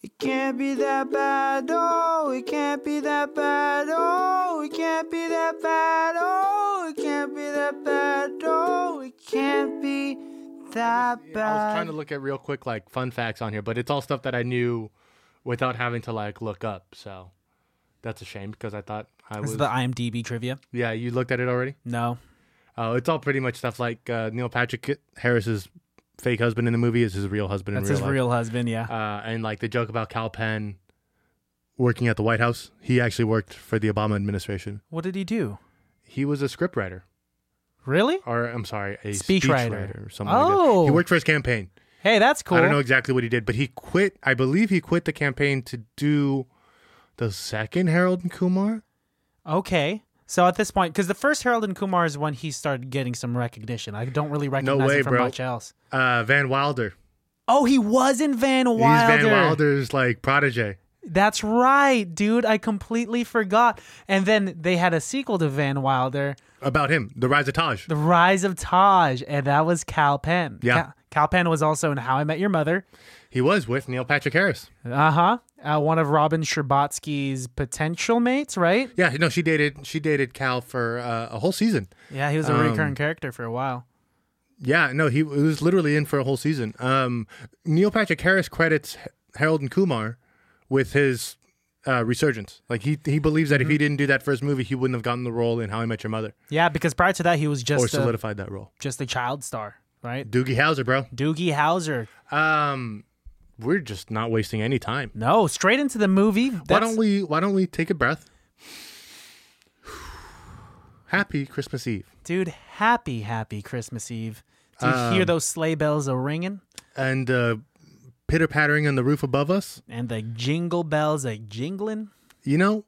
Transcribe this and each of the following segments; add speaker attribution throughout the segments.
Speaker 1: It can't be that bad, oh, it can't be that bad, oh, it can't be that bad, oh, it can't be that bad, oh, it can't be that bad.
Speaker 2: I was trying to look at real quick like fun facts on here, but it's all stuff that I knew without having to like look up. So that's a shame because I thought I
Speaker 3: This
Speaker 2: was.
Speaker 3: is the IMDb trivia.
Speaker 2: yeah, you looked at it already.
Speaker 3: No.
Speaker 2: Oh, it's all pretty much stuff like uh, Neil Patrick Harris's fake husband in the movie is his real husband.
Speaker 3: That's
Speaker 2: in real
Speaker 3: his
Speaker 2: life.
Speaker 3: real husband, yeah.
Speaker 2: uh, and like the joke about Cal Penn working at the White House. He actually worked for the Obama administration.
Speaker 3: What did he do?
Speaker 2: He was a scriptwriter,
Speaker 3: Really?
Speaker 2: or I'm sorry, a
Speaker 3: Speechwriter.
Speaker 2: speechwriter or something. like that.
Speaker 3: Oh.
Speaker 2: he worked for his campaign.
Speaker 3: Hey, that's cool.
Speaker 2: I don't know exactly what he did, but he quit. I believe he quit the campaign to do the second Harold and Kumar.
Speaker 3: Okay. So at this point, because the first Harold and Kumar is when he started getting some recognition. I don't really recognize
Speaker 2: way,
Speaker 3: him from
Speaker 2: bro.
Speaker 3: much else.
Speaker 2: Uh, Van Wilder.
Speaker 3: Oh, he was in Van Wilder.
Speaker 2: He's Van Wilder's like protege.
Speaker 3: That's right, dude. I completely forgot. And then they had a sequel to Van Wilder,
Speaker 2: About him, The Rise of Taj.
Speaker 3: The Rise of Taj, and that was Cal Penn.
Speaker 2: Yeah.
Speaker 3: Cal, Cal Penn was also in How I Met Your Mother.
Speaker 2: he was with Neil Patrick Harris.
Speaker 3: Uh-huh. Uh One of Robin Scherbatsky's potential mates, right?
Speaker 2: Yeah, no, she dated she dated Cal for uh, a whole season.
Speaker 3: Yeah, he was a
Speaker 2: Um,
Speaker 3: recurring character for a while.
Speaker 2: Yeah, no, he was literally in for a whole season. Um, Neil Patrick Harris credits H- Harold and Kumar with his uh, resurgence. Like he he believes that if
Speaker 3: Mm-hmm.
Speaker 2: he didn't do that first movie, he wouldn't have gotten the role in How I Met Your Mother
Speaker 3: Yeah, because prior to that, he was
Speaker 2: or
Speaker 3: just a,
Speaker 2: solidified that role.
Speaker 3: just a child star, right?
Speaker 2: Doogie Howser, bro.
Speaker 3: Doogie Howser.
Speaker 2: Um, we're just not wasting any time.
Speaker 3: No, straight into the movie. That's,
Speaker 2: Why don't we Why don't we take a breath? Happy Christmas Eve.
Speaker 3: dude? Happy, happy Christmas Eve. Do you
Speaker 2: Um,
Speaker 3: hear those sleigh bells a ringing
Speaker 2: and uh, pitter pattering on the roof above us,
Speaker 3: and the jingle bells a jingling?
Speaker 2: you know,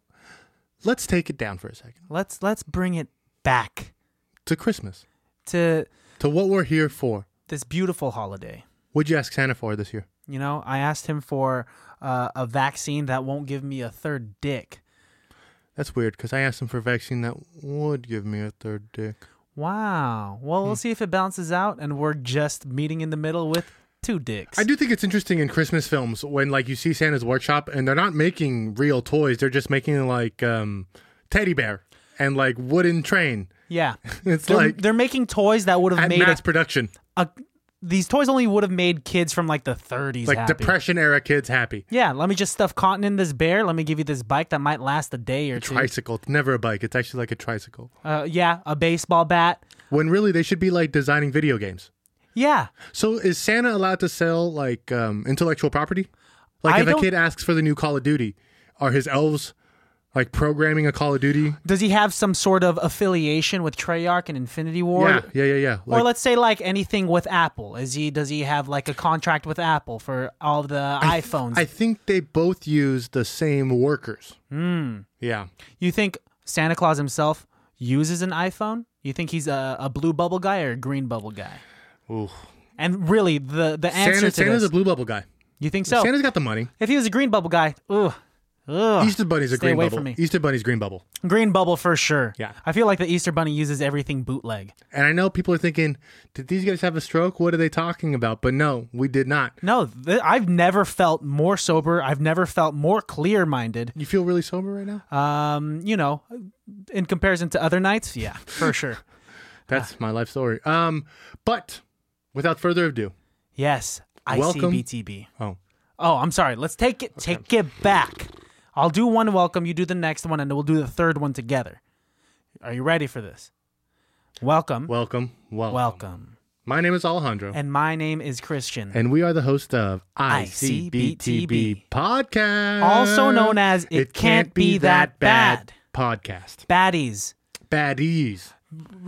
Speaker 2: let's take it down for a second
Speaker 3: Let's let's bring it back
Speaker 2: to Christmas,
Speaker 3: to
Speaker 2: to what we're here for.
Speaker 3: this beautiful holiday.
Speaker 2: Would you ask Santa for this year?
Speaker 3: You know, I asked him for uh, a vaccine that won't give me a third dick.
Speaker 2: That's weird because I asked him for a vaccine that would give me a third dick.
Speaker 3: Wow. Well,
Speaker 2: Hmm.
Speaker 3: we'll see if it balances out, and we're just meeting in the middle with two dicks.
Speaker 2: I do think it's interesting in Christmas films when like you see Santa's workshop and they're not making real toys; they're just making like um, teddy bear and like wooden train.
Speaker 3: Yeah.
Speaker 2: It's
Speaker 3: They're,
Speaker 2: like
Speaker 3: they're making toys that would have
Speaker 2: at
Speaker 3: made a
Speaker 2: mass production,
Speaker 3: a, these toys only would have made kids from like the 30s
Speaker 2: like
Speaker 3: happy.
Speaker 2: Depression era kids happy.
Speaker 3: Yeah, let me just stuff cotton in this bear. Let me give you this bike that might last a day or two.
Speaker 2: Tricycle, it's never a bike; it's actually like a tricycle.
Speaker 3: uh, yeah, a baseball bat.
Speaker 2: when really they should be like designing video games.
Speaker 3: Yeah,
Speaker 2: So is Santa allowed to sell like um, intellectual property? Like
Speaker 3: I
Speaker 2: if
Speaker 3: don't-
Speaker 2: a kid asks for the new Call of Duty, are his elves like programming a Call of Duty?
Speaker 3: does he have some sort of affiliation with Treyarch and Infinity War?
Speaker 2: yeah, yeah, yeah, yeah. Like,
Speaker 3: or let's say like anything with Apple. Is he does he have like a contract with Apple for all the iPhones?
Speaker 2: I think they both use the same workers.
Speaker 3: Hmm.
Speaker 2: Yeah.
Speaker 3: you think Santa Claus himself uses an iPhone? You think he's a, a blue bubble guy or a green bubble guy?
Speaker 2: Ooh.
Speaker 3: And really, the the answer
Speaker 2: Santa,
Speaker 3: to
Speaker 2: Santa's
Speaker 3: this,
Speaker 2: a blue bubble guy.
Speaker 3: you think so?
Speaker 2: Santa's got the money.
Speaker 3: If he was a green bubble guy, ugh, ugh.
Speaker 2: Easter Bunny's a
Speaker 3: stay
Speaker 2: green
Speaker 3: away
Speaker 2: bubble.
Speaker 3: from me.
Speaker 2: Easter Bunny's green bubble.
Speaker 3: green bubble for sure.
Speaker 2: Yeah.
Speaker 3: I feel like the Easter Bunny uses everything bootleg.
Speaker 2: And I know people are thinking, did these guys have a stroke? What are they talking about? But no, we did not.
Speaker 3: No, th- I've never felt more sober. I've never felt more clear minded.
Speaker 2: You feel really sober right now?
Speaker 3: Um, you know, in comparison to other nights, yeah, for sure. uh.
Speaker 2: That's my life story. Um, but without further ado,
Speaker 3: Yes,
Speaker 2: Welcome.
Speaker 3: ICBTB.
Speaker 2: oh,
Speaker 3: Oh, I'm sorry. Let's take it take it back. I'll do one welcome. You do the next one, and we'll do the third one together. Are you ready for this? Welcome,
Speaker 2: welcome, welcome.
Speaker 3: welcome.
Speaker 2: My name is Alejandro, and,
Speaker 3: And my name is Christian.
Speaker 2: we are the host of ICBTB
Speaker 3: ICBTB.
Speaker 2: podcast,
Speaker 3: Also known as It Can't Be That
Speaker 2: podcast.
Speaker 3: baddies,
Speaker 2: Baddies,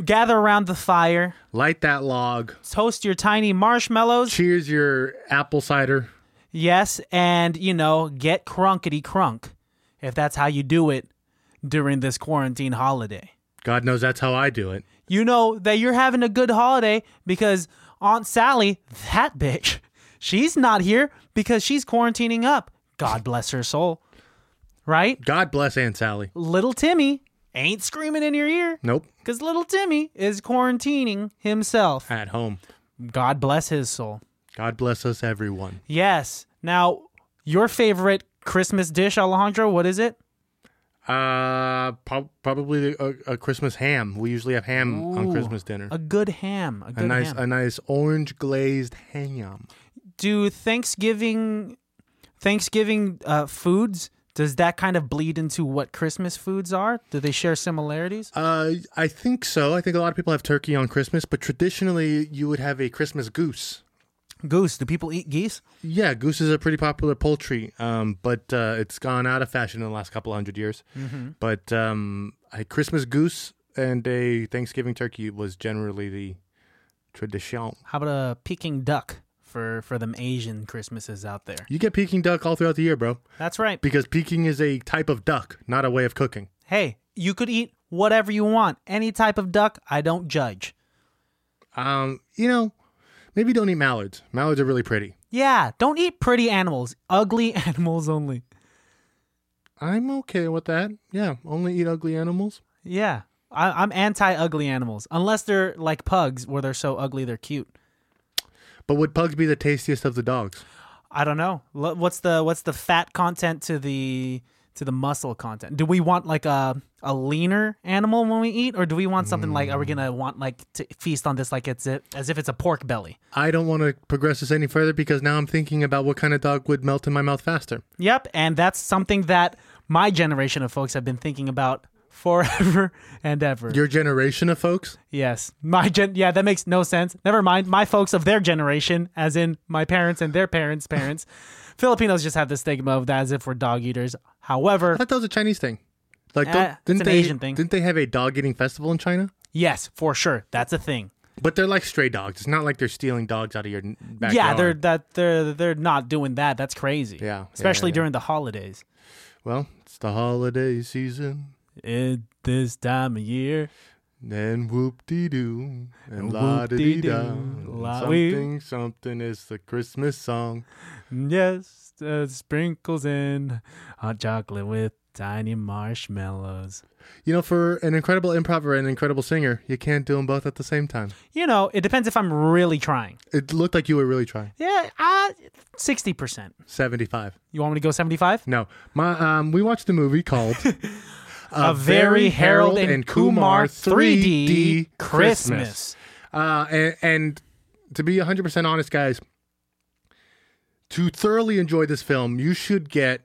Speaker 3: gather around the fire,
Speaker 2: light that log.
Speaker 3: toast your tiny marshmallows,
Speaker 2: Cheers your apple cider.
Speaker 3: yes, and you know, get crunkety crunk if that's how you do it during this quarantine holiday.
Speaker 2: God knows that's how I do it.
Speaker 3: You know that you're having a good holiday because Aunt Sally, that bitch, she's not here because she's quarantining up. God bless her soul. Right?
Speaker 2: God bless Aunt Sally.
Speaker 3: Little Timmy ain't screaming in your ear
Speaker 2: Nope,
Speaker 3: because little Timmy is quarantining himself.
Speaker 2: at home.
Speaker 3: God bless his soul.
Speaker 2: God bless us, everyone.
Speaker 3: Yes. Now, Your favorite Christmas dish, Alejandro? What is it?
Speaker 2: Uh, prob probably a, a Christmas ham. We usually have ham on
Speaker 3: Ooh,
Speaker 2: Christmas dinner.
Speaker 3: A good ham. A uh,
Speaker 2: A,
Speaker 3: good
Speaker 2: nice,
Speaker 3: ham.
Speaker 2: a nice orange glazed ham.
Speaker 3: do Thanksgiving Thanksgiving uh, foods does that kind of bleed into what Christmas foods are? Do they share similarities?
Speaker 2: Uh, I think so. I think a lot of people have turkey on Christmas, but traditionally you would have a Christmas goose.
Speaker 3: Goose. Do people eat geese?
Speaker 2: Yeah, goose is a pretty popular poultry, um, but uh, it's gone out of fashion in the last couple of hundred years. But um, a Christmas goose and a Thanksgiving turkey was generally the tradition.
Speaker 3: How about a Peking duck for for them Asian Christmases out there?
Speaker 2: You get Peking duck all throughout the year, bro,
Speaker 3: That's right.
Speaker 2: because Peking is a type of duck, not a way of cooking.
Speaker 3: Hey, you could eat whatever you want, any type of duck. I don't judge.
Speaker 2: Um, you know, maybe don't eat mallards. Mallards are really pretty.
Speaker 3: Yeah, don't eat pretty animals. Ugly animals only.
Speaker 2: I'm okay with that. Yeah, only eat ugly animals.
Speaker 3: Yeah, I, I'm anti ugly animals unless they're like pugs, where they're so ugly they're cute.
Speaker 2: But would pugs be the tastiest of the dogs?
Speaker 3: I don't know. Lo- What's the what's the fat content to the to the muscle content? Do we want like a a leaner animal when we eat, or do we want something like? Are we gonna want like to feast on this like it's it, as if it's a pork belly?
Speaker 2: I don't want to progress this any further because now I'm thinking about what kind of dog would melt in my mouth faster.
Speaker 3: Yep, and that's something that my generation of folks have been thinking about forever and ever.
Speaker 2: Your generation of folks?
Speaker 3: yes, my gen. Yeah, that makes no sense. Never mind. My folks of their generation, as in my parents and their parents' parents, Filipinos just have the stigma of that as if we're dog eaters. However,
Speaker 2: I thought that was a Chinese thing. Like,
Speaker 3: Eh,
Speaker 2: don't-
Speaker 3: it's
Speaker 2: didn't
Speaker 3: an
Speaker 2: they,
Speaker 3: Asian thing.
Speaker 2: Didn't they have a dog eating festival in China?
Speaker 3: yes, for sure, that's a thing.
Speaker 2: But they're like stray dogs. It's not like they're stealing dogs out of your n- backyard.
Speaker 3: Yeah, they're that they're they're not doing that. That's crazy.
Speaker 2: Yeah, yeah,
Speaker 3: especially
Speaker 2: yeah.
Speaker 3: during the holidays.
Speaker 2: Well, it's the holiday season.
Speaker 3: At this time of year,
Speaker 2: And whoop de doo and
Speaker 3: And
Speaker 2: la de dee da.
Speaker 3: whoop-de-doo, la- we-
Speaker 2: Something, something is the Christmas song.
Speaker 3: yes, uh, sprinkles in hot chocolate with tiny marshmallows.
Speaker 2: You know, for an incredible improver and an incredible singer, you can't do them both at the same time.
Speaker 3: You know, it depends if I'm really trying.
Speaker 2: It looked like you were really trying.
Speaker 3: Yeah, I sixty percent.
Speaker 2: 75.
Speaker 3: You want me to go seventy-five?
Speaker 2: No, my um, we watched a movie called uh,
Speaker 3: A, very Harold and Kumar 3D Christmas.
Speaker 2: Uh, and, and to be 100% honest, guys, to thoroughly enjoy this film, you should get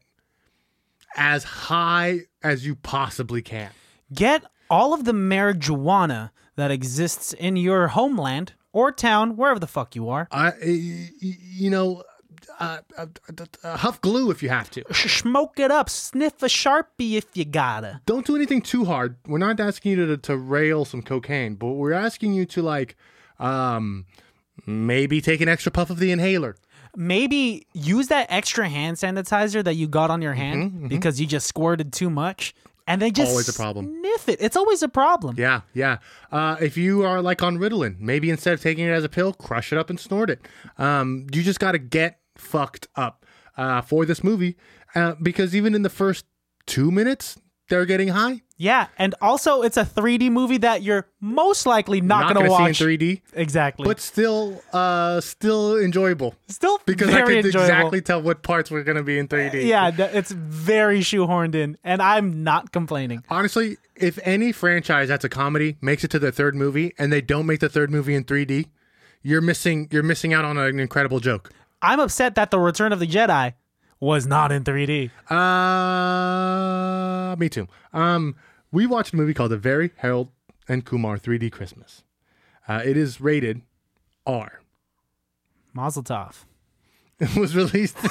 Speaker 2: as high as you possibly can.
Speaker 3: Get all of the marijuana that exists in your homeland or town, wherever the fuck you are.
Speaker 2: I, y- y- you know, uh, uh, uh, uh, huff glue if you have to.
Speaker 3: Sh- smoke it up. Sniff a sharpie if you gotta.
Speaker 2: don't do anything too hard. We're not asking you to, to rail some cocaine, but we're asking you to like um maybe take an extra puff of the inhaler.
Speaker 3: Maybe use that extra hand sanitizer that you got on your
Speaker 2: Mm-hmm,
Speaker 3: hand because you just squirted too much, and then just
Speaker 2: Always a problem.
Speaker 3: Sniff it. It's always a problem.
Speaker 2: Yeah, yeah. Uh, if you are like on Ritalin, maybe instead of taking it as a pill, crush it up and snort it. Um, you just got to get fucked up uh, for this movie uh, because even in the first two minutes, they're getting high.
Speaker 3: Yeah, and also it's a 3D movie that you're most likely not,
Speaker 2: Not,
Speaker 3: gonna,
Speaker 2: going to
Speaker 3: watch.
Speaker 2: see in 3D,
Speaker 3: exactly,
Speaker 2: but still, uh, still enjoyable.
Speaker 3: still
Speaker 2: Because
Speaker 3: very
Speaker 2: I could
Speaker 3: enjoyable.
Speaker 2: exactly tell what parts were going to be in 3D.
Speaker 3: Yeah, th- it's very shoehorned in, and I'm not complaining.
Speaker 2: Honestly, if any franchise that's a comedy makes it to their third movie and they don't make the third movie in 3D, you're missing you're missing out on an incredible joke.
Speaker 3: I'm upset that the Return of the Jedi was not in 3D.
Speaker 2: Uh me too. Um we watched a movie called The Very Harold and Kumar 3D Christmas. Uh, it is rated R.
Speaker 3: Mazel tov.
Speaker 2: It was released in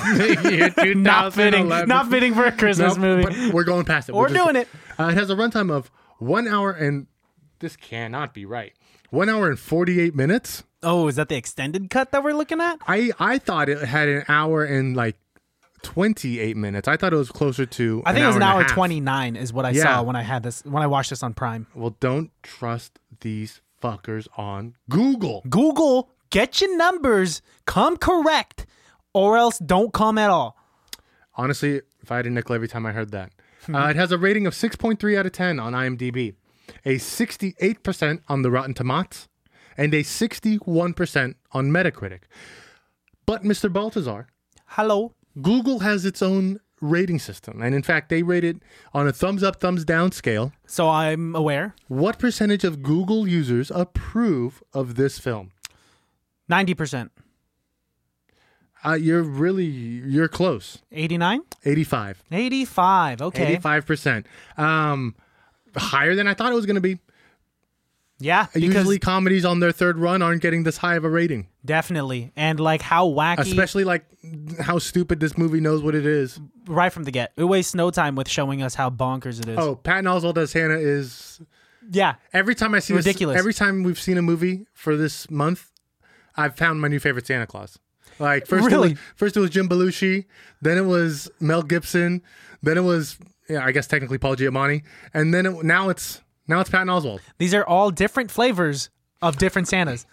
Speaker 2: the year 2011.
Speaker 3: Not fitting. Not fitting for a Christmas
Speaker 2: Nope,
Speaker 3: movie.
Speaker 2: but we're going past it.
Speaker 3: We're
Speaker 2: just-
Speaker 3: doing it.
Speaker 2: Uh, it has a runtime of one hour and this cannot be right. One hour and 48 minutes.
Speaker 3: Oh, is that the extended cut that we're looking at?
Speaker 2: I I thought it had an hour and like twenty eight minutes. I thought it was closer to.
Speaker 3: I think it was an
Speaker 2: and a
Speaker 3: hour
Speaker 2: half.
Speaker 3: twenty nine is what I
Speaker 2: Yeah.
Speaker 3: saw when I had this when I watched this on Prime.
Speaker 2: Well, don't trust these fuckers on Google.
Speaker 3: Google, get your numbers, come correct, or else don't come at all.
Speaker 2: Honestly, if I had a nickel every time I heard that,
Speaker 3: Hmm.
Speaker 2: uh, it has a rating of six point three out of ten on IMDb, a sixty eight percent on the Rotten Tomatoes, and a sixty one percent on Metacritic. But Mr. Baltazar,
Speaker 3: Hello.
Speaker 2: Google has its own rating system, and in fact, they rate it on a thumbs up, thumbs down scale.
Speaker 3: So I'm aware.
Speaker 2: What percentage of Google users approve of this film?
Speaker 3: Ninety percent.
Speaker 2: Uh, you're really you're close.
Speaker 3: 89?
Speaker 2: Eighty-five.
Speaker 3: 85. Okay.
Speaker 2: Eighty-five percent. Um, higher than I thought it was going to be.
Speaker 3: Yeah. Because
Speaker 2: Usually, comedies on their third run aren't getting this high of a rating,
Speaker 3: definitely. And like how wacky
Speaker 2: especially like how stupid this movie knows what it is.
Speaker 3: right from the get. It wastes no time with showing us how bonkers it is.
Speaker 2: Oh, Patton Oswalt as Hannah is
Speaker 3: Yeah.
Speaker 2: every time I see this-
Speaker 3: Ridiculous.
Speaker 2: every time we've seen a movie for this month, I've found my new favorite Santa Claus. Like first, it
Speaker 3: Really?
Speaker 2: was, first it was Jim Belushi, then it was Mel Gibson, then it was yeah, I guess technically Paul Giamatti, and then it, now it's now it's Patton Oswald.
Speaker 3: These are all different flavors of different Santas.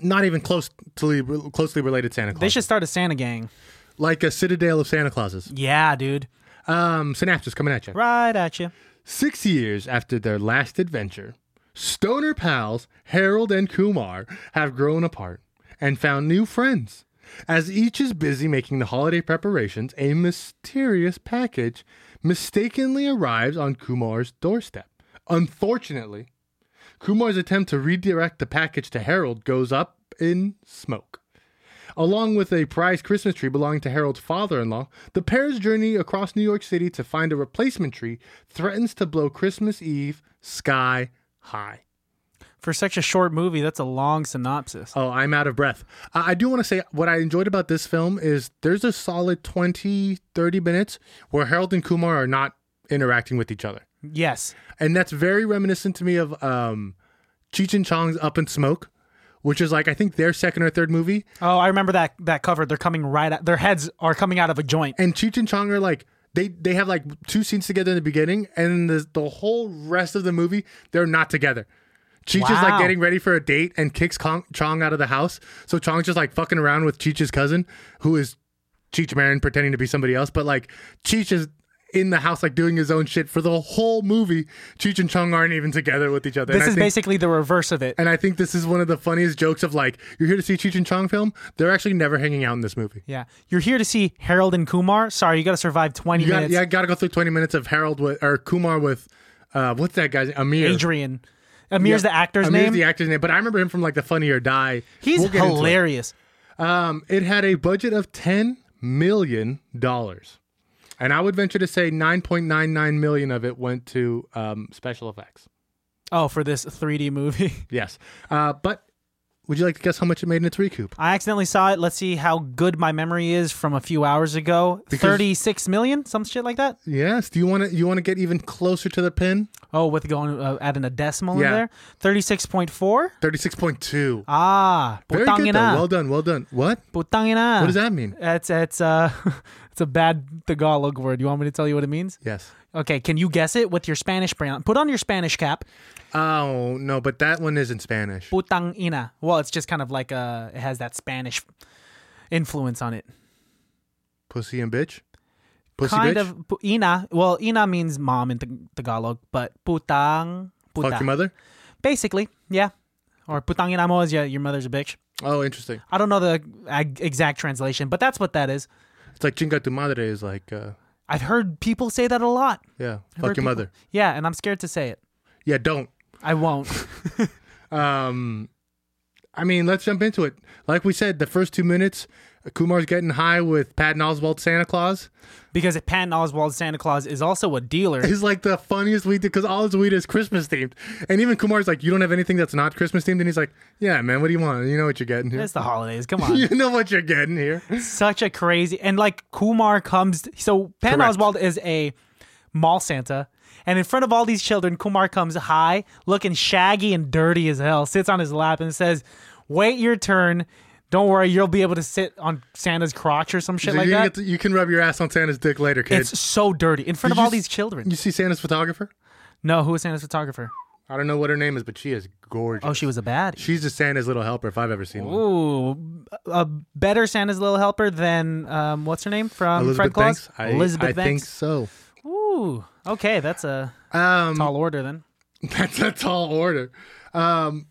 Speaker 2: Not even close to closely related Santa Claus.
Speaker 3: They should start a Santa gang.
Speaker 2: like a citadel of Santa Clauses.
Speaker 3: Yeah, dude.
Speaker 2: Um, Synapses coming at you.
Speaker 3: Right at you.
Speaker 2: Six years after their last adventure, stoner pals Harold and Kumar have grown apart and found new friends. As each is busy making the holiday preparations, a mysterious package mistakenly arrives on Kumar's doorstep. Unfortunately, Kumar's attempt to redirect the package to Harold goes up in smoke. Along with a prized Christmas tree belonging to Harold's father in law, the pair's journey across New York City to find a replacement tree threatens to blow Christmas Eve sky high.
Speaker 3: For such a short movie, that's a long synopsis.
Speaker 2: Oh, I'm out of breath. I, I do want to say what I enjoyed about this film is there's a solid 20, 30 minutes where Harold and Kumar are not interacting with each other.
Speaker 3: Yes.
Speaker 2: And that's very reminiscent to me of um, Cheech and Chong's Up in Smoke, which is like, I think their second or third movie.
Speaker 3: Oh, I remember that that cover. They're coming right at their heads are coming out of a joint.
Speaker 2: and Cheech and Chong are like they they have like two scenes together in the beginning, and the the whole rest of the movie they're not together. Cheech is like
Speaker 3: Wow.
Speaker 2: getting ready for a date and kicks Kong, Chong out of the house. So Chong's just like fucking around with Cheech's cousin, who is Cheech Marin pretending to be somebody else. But like Cheech is in the house like doing his own shit for the whole movie. Cheech and Chong aren't even together with each other.
Speaker 3: This
Speaker 2: and
Speaker 3: is
Speaker 2: I think,
Speaker 3: basically the reverse of it.
Speaker 2: and I think this is one of the funniest jokes of like you're here to see Cheech and Chong film. They're actually never hanging out in this movie.
Speaker 3: Yeah. You're here to see Harold and Kumar. Sorry, you got to survive 20
Speaker 2: You got,
Speaker 3: minutes.
Speaker 2: yeah, got to go through 20 minutes of Harold with, or Kumar with, uh, what's that guy's Amir.
Speaker 3: Adrian. Amir's the actor's
Speaker 2: Amir's
Speaker 3: name.
Speaker 2: the actor's name, but I remember him from like the Funny or Die.
Speaker 3: He's
Speaker 2: We'll get into it.
Speaker 3: hilarious.
Speaker 2: Um, it had a budget of 10 million dollars, and I would venture to say 9.99 million of it went to um, special effects.
Speaker 3: Oh, for this 3D movie.
Speaker 2: Yes, uh, but would you like to guess how much it made in its recoup?
Speaker 3: I accidentally saw it. Let's see how good my memory is from a few hours ago. 36 million, some shit like that.
Speaker 2: Yes. Do you want to you want to get even closer to the pin?
Speaker 3: Oh, with going uh, adding a decimal
Speaker 2: Yeah.
Speaker 3: in there. 36.4.
Speaker 2: 36.2
Speaker 3: Ah,
Speaker 2: Very good though.
Speaker 3: putangina.
Speaker 2: Well done. Well done. What?
Speaker 3: Putangina.
Speaker 2: What does that mean?
Speaker 3: It's it's uh it's a bad Tagalog word. You want me to tell you what it means?
Speaker 2: Yes.
Speaker 3: Okay, can you guess it with your Spanish pronoun? Put on your Spanish cap.
Speaker 2: Oh no, but that one is in Spanish.
Speaker 3: Putangina. Well, it's just kind of like uh it has that Spanish influence on it.
Speaker 2: Pussy and bitch. Pussy
Speaker 3: kind
Speaker 2: bitch.
Speaker 3: of pu- ina. Well, ina means mom in Tag- Tagalog, but putang puta.
Speaker 2: Fuck your mother.
Speaker 3: Basically, yeah. Or putangina mo is yeah, your mother's a bitch.
Speaker 2: Oh, interesting.
Speaker 3: I don't know the ag- exact translation, but that's what that is.
Speaker 2: It's like chinga tu madre is like, uh,
Speaker 3: I've heard people say that a lot.
Speaker 2: yeah,
Speaker 3: I've
Speaker 2: fuck your
Speaker 3: heard people-
Speaker 2: mother.
Speaker 3: Yeah, and I'm scared to say it.
Speaker 2: Yeah, don't.
Speaker 3: I won't.
Speaker 2: Um, I mean, let's jump into it. Like we said, the first two minutes, Kumar's getting high with Patton Oswald Santa Claus.
Speaker 3: because if Patton Oswald's Santa Claus is also a dealer.
Speaker 2: He's like the funniest weed because all his weed is Christmas themed, and even Kumar's like, "You don't have anything that's not Christmas themed," and he's like, "Yeah, man, what do you want? You know what you're getting here.
Speaker 3: It's the holidays. Come on.
Speaker 2: you know what you're getting here."
Speaker 3: Such a crazy and like Kumar comes so Patton
Speaker 2: Correct.
Speaker 3: Oswald is a mall Santa. And in front of all these children, Kumar comes high, looking shaggy and dirty as hell, sits on his lap and says, Wait your turn. Don't worry, you'll be able to sit on Santa's crotch or some shit
Speaker 2: So
Speaker 3: like
Speaker 2: you,
Speaker 3: that.
Speaker 2: get to- you can rub your ass on Santa's dick later, kid.
Speaker 3: it's so dirty. In front
Speaker 2: Did
Speaker 3: of all
Speaker 2: you
Speaker 3: these
Speaker 2: s-
Speaker 3: children.
Speaker 2: You see Santa's photographer?
Speaker 3: No, who was Santa's photographer?
Speaker 2: I don't know what her name is, but she is gorgeous.
Speaker 3: Oh, she was a baddie.
Speaker 2: She's just Santa's little helper if I've ever seen one.
Speaker 3: Ooh, a better Santa's Little Helper than um, what's her name from Fred
Speaker 2: Elizabeth
Speaker 3: Claus?
Speaker 2: Banks? I,
Speaker 3: Elizabeth
Speaker 2: I think
Speaker 3: Banks.
Speaker 2: so.
Speaker 3: Ooh, okay, that's a
Speaker 2: Um,
Speaker 3: tall order then.
Speaker 2: that's a tall order. Um,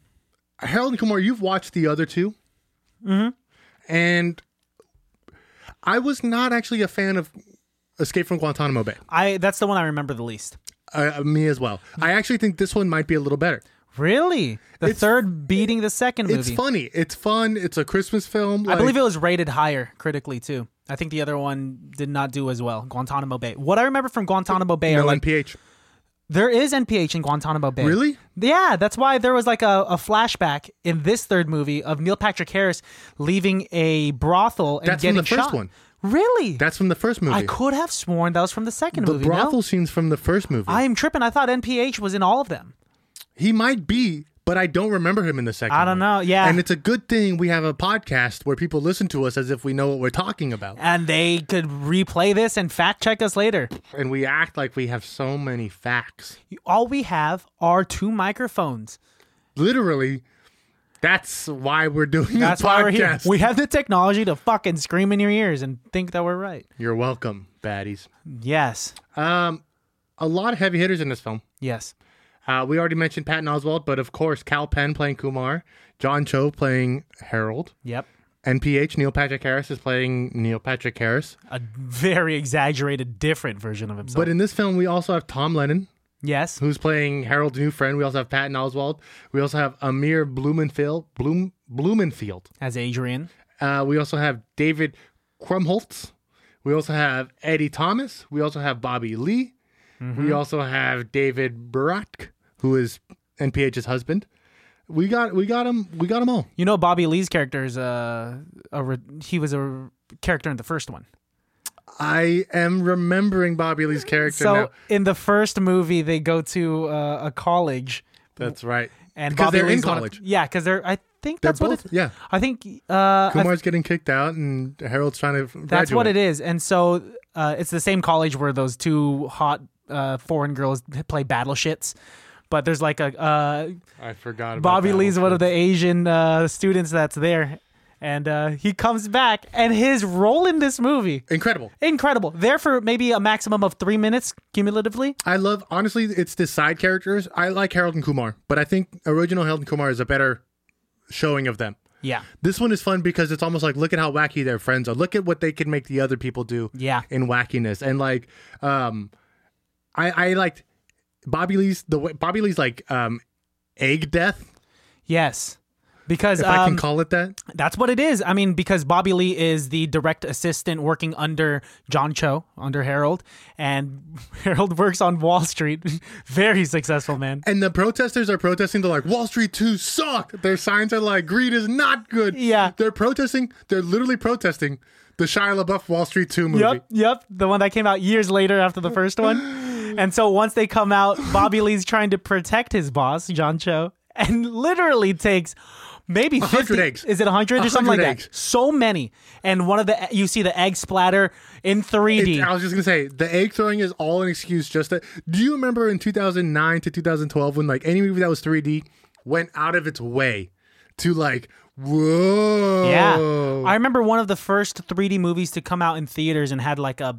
Speaker 2: Harold and Kumar, you've watched the other 2 Mm-hmm. And I was not actually a fan of Escape from Guantanamo Bay.
Speaker 3: I that's the one I remember the least.
Speaker 2: Uh, me as well. I actually think this one might be a little better.
Speaker 3: Really, the
Speaker 2: It's-
Speaker 3: third beating the second movie.
Speaker 2: It's funny. It's fun. It's a Christmas film.
Speaker 3: I believe it was rated higher critically too. I think the other one did not do as well. Guantanamo Bay. What I remember from Guantanamo Bay are
Speaker 2: no
Speaker 3: like
Speaker 2: NPH.
Speaker 3: there is NPH in Guantanamo Bay.
Speaker 2: Really?
Speaker 3: Yeah, that's why there was like a, a flashback in this third movie of Neil Patrick Harris leaving a brothel and
Speaker 2: That's from
Speaker 3: getting
Speaker 2: the first
Speaker 3: shot.
Speaker 2: one.
Speaker 3: Really?
Speaker 2: That's from the first movie.
Speaker 3: I could have sworn that was from the second
Speaker 2: the
Speaker 3: movie. no?
Speaker 2: brothel scenes from the first movie.
Speaker 3: I am tripping. I thought NPH was in all of them.
Speaker 2: he might be, but I don't remember him in the second.
Speaker 3: I don't
Speaker 2: one.
Speaker 3: know, yeah.
Speaker 2: and it's a good thing we have a podcast where people listen to us as if we know what we're talking about,
Speaker 3: And they could replay this and fact check us later.
Speaker 2: and we act like we have so many facts.
Speaker 3: All we have are two microphones.
Speaker 2: Literally, that's why we're doing
Speaker 3: That's
Speaker 2: this podcast.
Speaker 3: why we're here. We have the technology to fucking scream in your ears and think that we're right.
Speaker 2: You're welcome, baddies.
Speaker 3: Yes.
Speaker 2: Um, a lot of heavy hitters in this film.
Speaker 3: Yes.
Speaker 2: Uh, we already mentioned Patton Oswald, but of course, Cal Penn playing Kumar, John Cho playing Harold,
Speaker 3: Yep.
Speaker 2: NPH Neil Patrick Harris is playing Neil Patrick Harris.
Speaker 3: A very exaggerated, different version of himself.
Speaker 2: But in this film, we also have Tom Lennon,
Speaker 3: yes.
Speaker 2: who's playing Harold's new friend. We also have Patton Oswald. We also have Amir Blumenfield. Bloom, Blumenfield.
Speaker 3: As Adrian.
Speaker 2: Uh, we also have David Krumholtz. We also have Eddie Thomas. We also have Bobby Lee. We
Speaker 3: Mm-hmm.
Speaker 2: also have David Baratk, who is NPH's husband. We got we got him we got them all.
Speaker 3: You know, Bobby Lee's character is uh, a re- he was a re- character in the first one.
Speaker 2: I am remembering Bobby Lee's character
Speaker 3: So
Speaker 2: now.
Speaker 3: in the first movie, they go to uh, a college,
Speaker 2: That's right.
Speaker 3: and
Speaker 2: Because
Speaker 3: Bobby
Speaker 2: they're in
Speaker 3: Lee's one of-
Speaker 2: college.
Speaker 3: yeah, because they're. I think
Speaker 2: They're
Speaker 3: that's
Speaker 2: both
Speaker 3: what. It,
Speaker 2: yeah.
Speaker 3: I think uh, I
Speaker 2: Kumar's getting kicked out and Harold's trying to graduate.
Speaker 3: That's what it is. And so uh, it's the same college where those two hot uh, foreign girls play battleships. But there's like a uh,
Speaker 2: I forgot about
Speaker 3: Bobby
Speaker 2: that
Speaker 3: Lee's
Speaker 2: whole
Speaker 3: one of the
Speaker 2: thing.
Speaker 3: Asian uh, students that's there, and uh, he comes back, and his role in this movie
Speaker 2: incredible.
Speaker 3: incredible. There for maybe a maximum of three minutes cumulatively.
Speaker 2: I love honestly, it's the side characters. I like Harold and Kumar, but I think original Harold and Kumar is a better showing of them.
Speaker 3: Yeah,
Speaker 2: This one is fun because it's almost like look at how wacky their friends are. Look at what they can make the other people do
Speaker 3: yeah,
Speaker 2: in wackiness. And like um I I liked Bobby Lee's the way Bobby Lee's like um egg death,
Speaker 3: yes. Because
Speaker 2: if I
Speaker 3: um,
Speaker 2: can call it that.
Speaker 3: That's what it is. I mean, because Bobby Lee is the direct assistant working under John Cho, under Harold, and Harold works on Wall Street. Very successful man.
Speaker 2: And the protesters are protesting. They're like, Wall Street 2 suck. Their signs are like, greed is not good.
Speaker 3: Yeah.
Speaker 2: They're protesting. They're literally protesting the Shia LaBeouf Wall Street 2 movie.
Speaker 3: Yep, yep. The one that came out years later after the first one. And so once they come out, Bobby Lee's trying to protect his boss, John Cho, and literally takes maybe 50
Speaker 2: hundred eggs.
Speaker 3: Is it 100 or something
Speaker 2: 100
Speaker 3: like
Speaker 2: eggs.
Speaker 3: that? So many. And one of the you see the egg splatter in 3D.
Speaker 2: It's- I was just gonna say the egg throwing is all an excuse. Just to, do you remember in 2009 to 2012 when like any movie that was 3D went out of its way to like whoa
Speaker 3: Yeah, I remember one of the first 3D movies to come out in theaters and had like a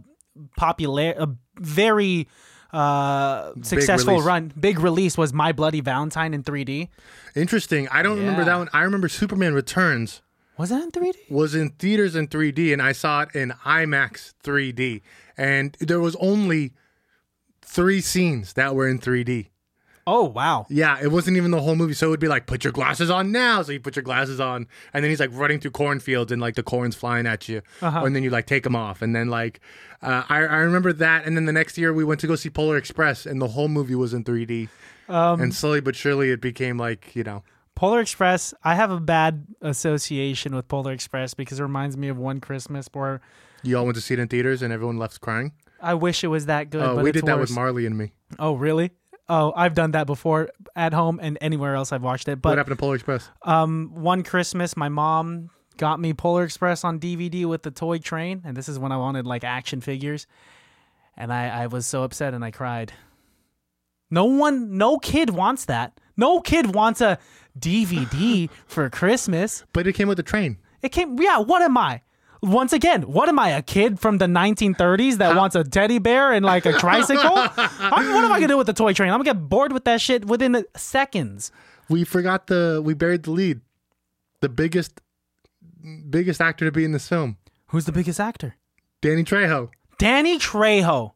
Speaker 3: popular, a very uh, successful
Speaker 2: release.
Speaker 3: run. Big release was My Bloody Valentine in 3D.
Speaker 2: interesting. I don't remember
Speaker 3: Yeah.
Speaker 2: that one. I remember Superman Returns
Speaker 3: Was that in 3D?
Speaker 2: was in theaters in 3D and I saw it in IMAX 3D and there was only three scenes that were in 3D.
Speaker 3: Oh wow!
Speaker 2: Yeah, it wasn't even the whole movie. So it would be like, put your glasses on now. So you put your glasses on, and then he's like running through cornfields, and like the corn's flying at you,
Speaker 3: Uh-huh.
Speaker 2: and then you like take them off, and then like, uh, I I remember that. And then the next year we went to go see Polar Express, and the whole movie was in 3D.
Speaker 3: Um,
Speaker 2: and slowly but surely it became like you know
Speaker 3: Polar Express. I have a bad association with Polar Express because it reminds me of one Christmas where
Speaker 2: you all went to see it in theaters, and everyone left crying.
Speaker 3: I wish it was that good.
Speaker 2: Uh,
Speaker 3: but
Speaker 2: we
Speaker 3: it's
Speaker 2: did that
Speaker 3: worse.
Speaker 2: with Marley and me.
Speaker 3: oh really? Oh, I've done that before at home and anywhere else I've watched it.
Speaker 2: what
Speaker 3: But
Speaker 2: happened to Polar Express?
Speaker 3: um, one Christmas, my mom got me Polar Express on DVD with the toy train, and this is when I wanted like action figures, and I, I was so upset and I cried. No one, no kid wants that. No kid wants a DVD for Christmas.
Speaker 2: But it came with the train.
Speaker 3: It came, yeah. What am I? Once again, what am I? A kid from the 1930s that wants a teddy bear and like a tricycle? I'm, what am I gonna do with the toy train? I'm gonna get bored with that shit within seconds.
Speaker 2: We forgot the we buried the lead, the biggest biggest actor to be in this film,
Speaker 3: Who's the biggest actor?
Speaker 2: Danny Trejo.
Speaker 3: Danny Trejo,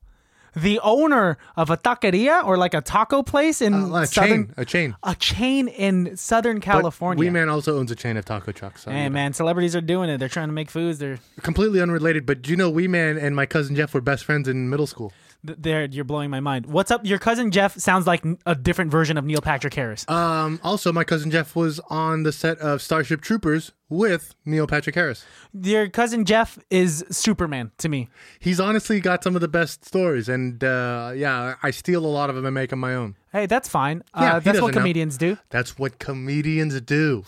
Speaker 3: the owner of a taqueria or like a taco place in
Speaker 2: Uh, A, a
Speaker 3: southern
Speaker 2: chain. A chain.
Speaker 3: a chain in Southern
Speaker 2: But
Speaker 3: California.
Speaker 2: Wee Man also owns a chain of taco trucks. so, you
Speaker 3: Hey
Speaker 2: know.
Speaker 3: man, celebrities are doing it. They're trying to make foods. They're
Speaker 2: Completely unrelated, but do you know Wee Man and my cousin Jeff were best friends in middle school?
Speaker 3: they're you're blowing my mind. What's up? Your cousin Jeff sounds like a different version of Neil Patrick Harris.
Speaker 2: Um, also, my cousin Jeff was on the set of Starship Troopers with Neil Patrick Harris.
Speaker 3: Your cousin Jeff is Superman to me.
Speaker 2: He's honestly got some of the best stories, and uh, yeah, I steal a lot of them and make them my own.
Speaker 3: Hey, that's fine.
Speaker 2: Yeah,
Speaker 3: uh,
Speaker 2: he
Speaker 3: that's what
Speaker 2: doesn't know.
Speaker 3: comedians do.
Speaker 2: That's what comedians do.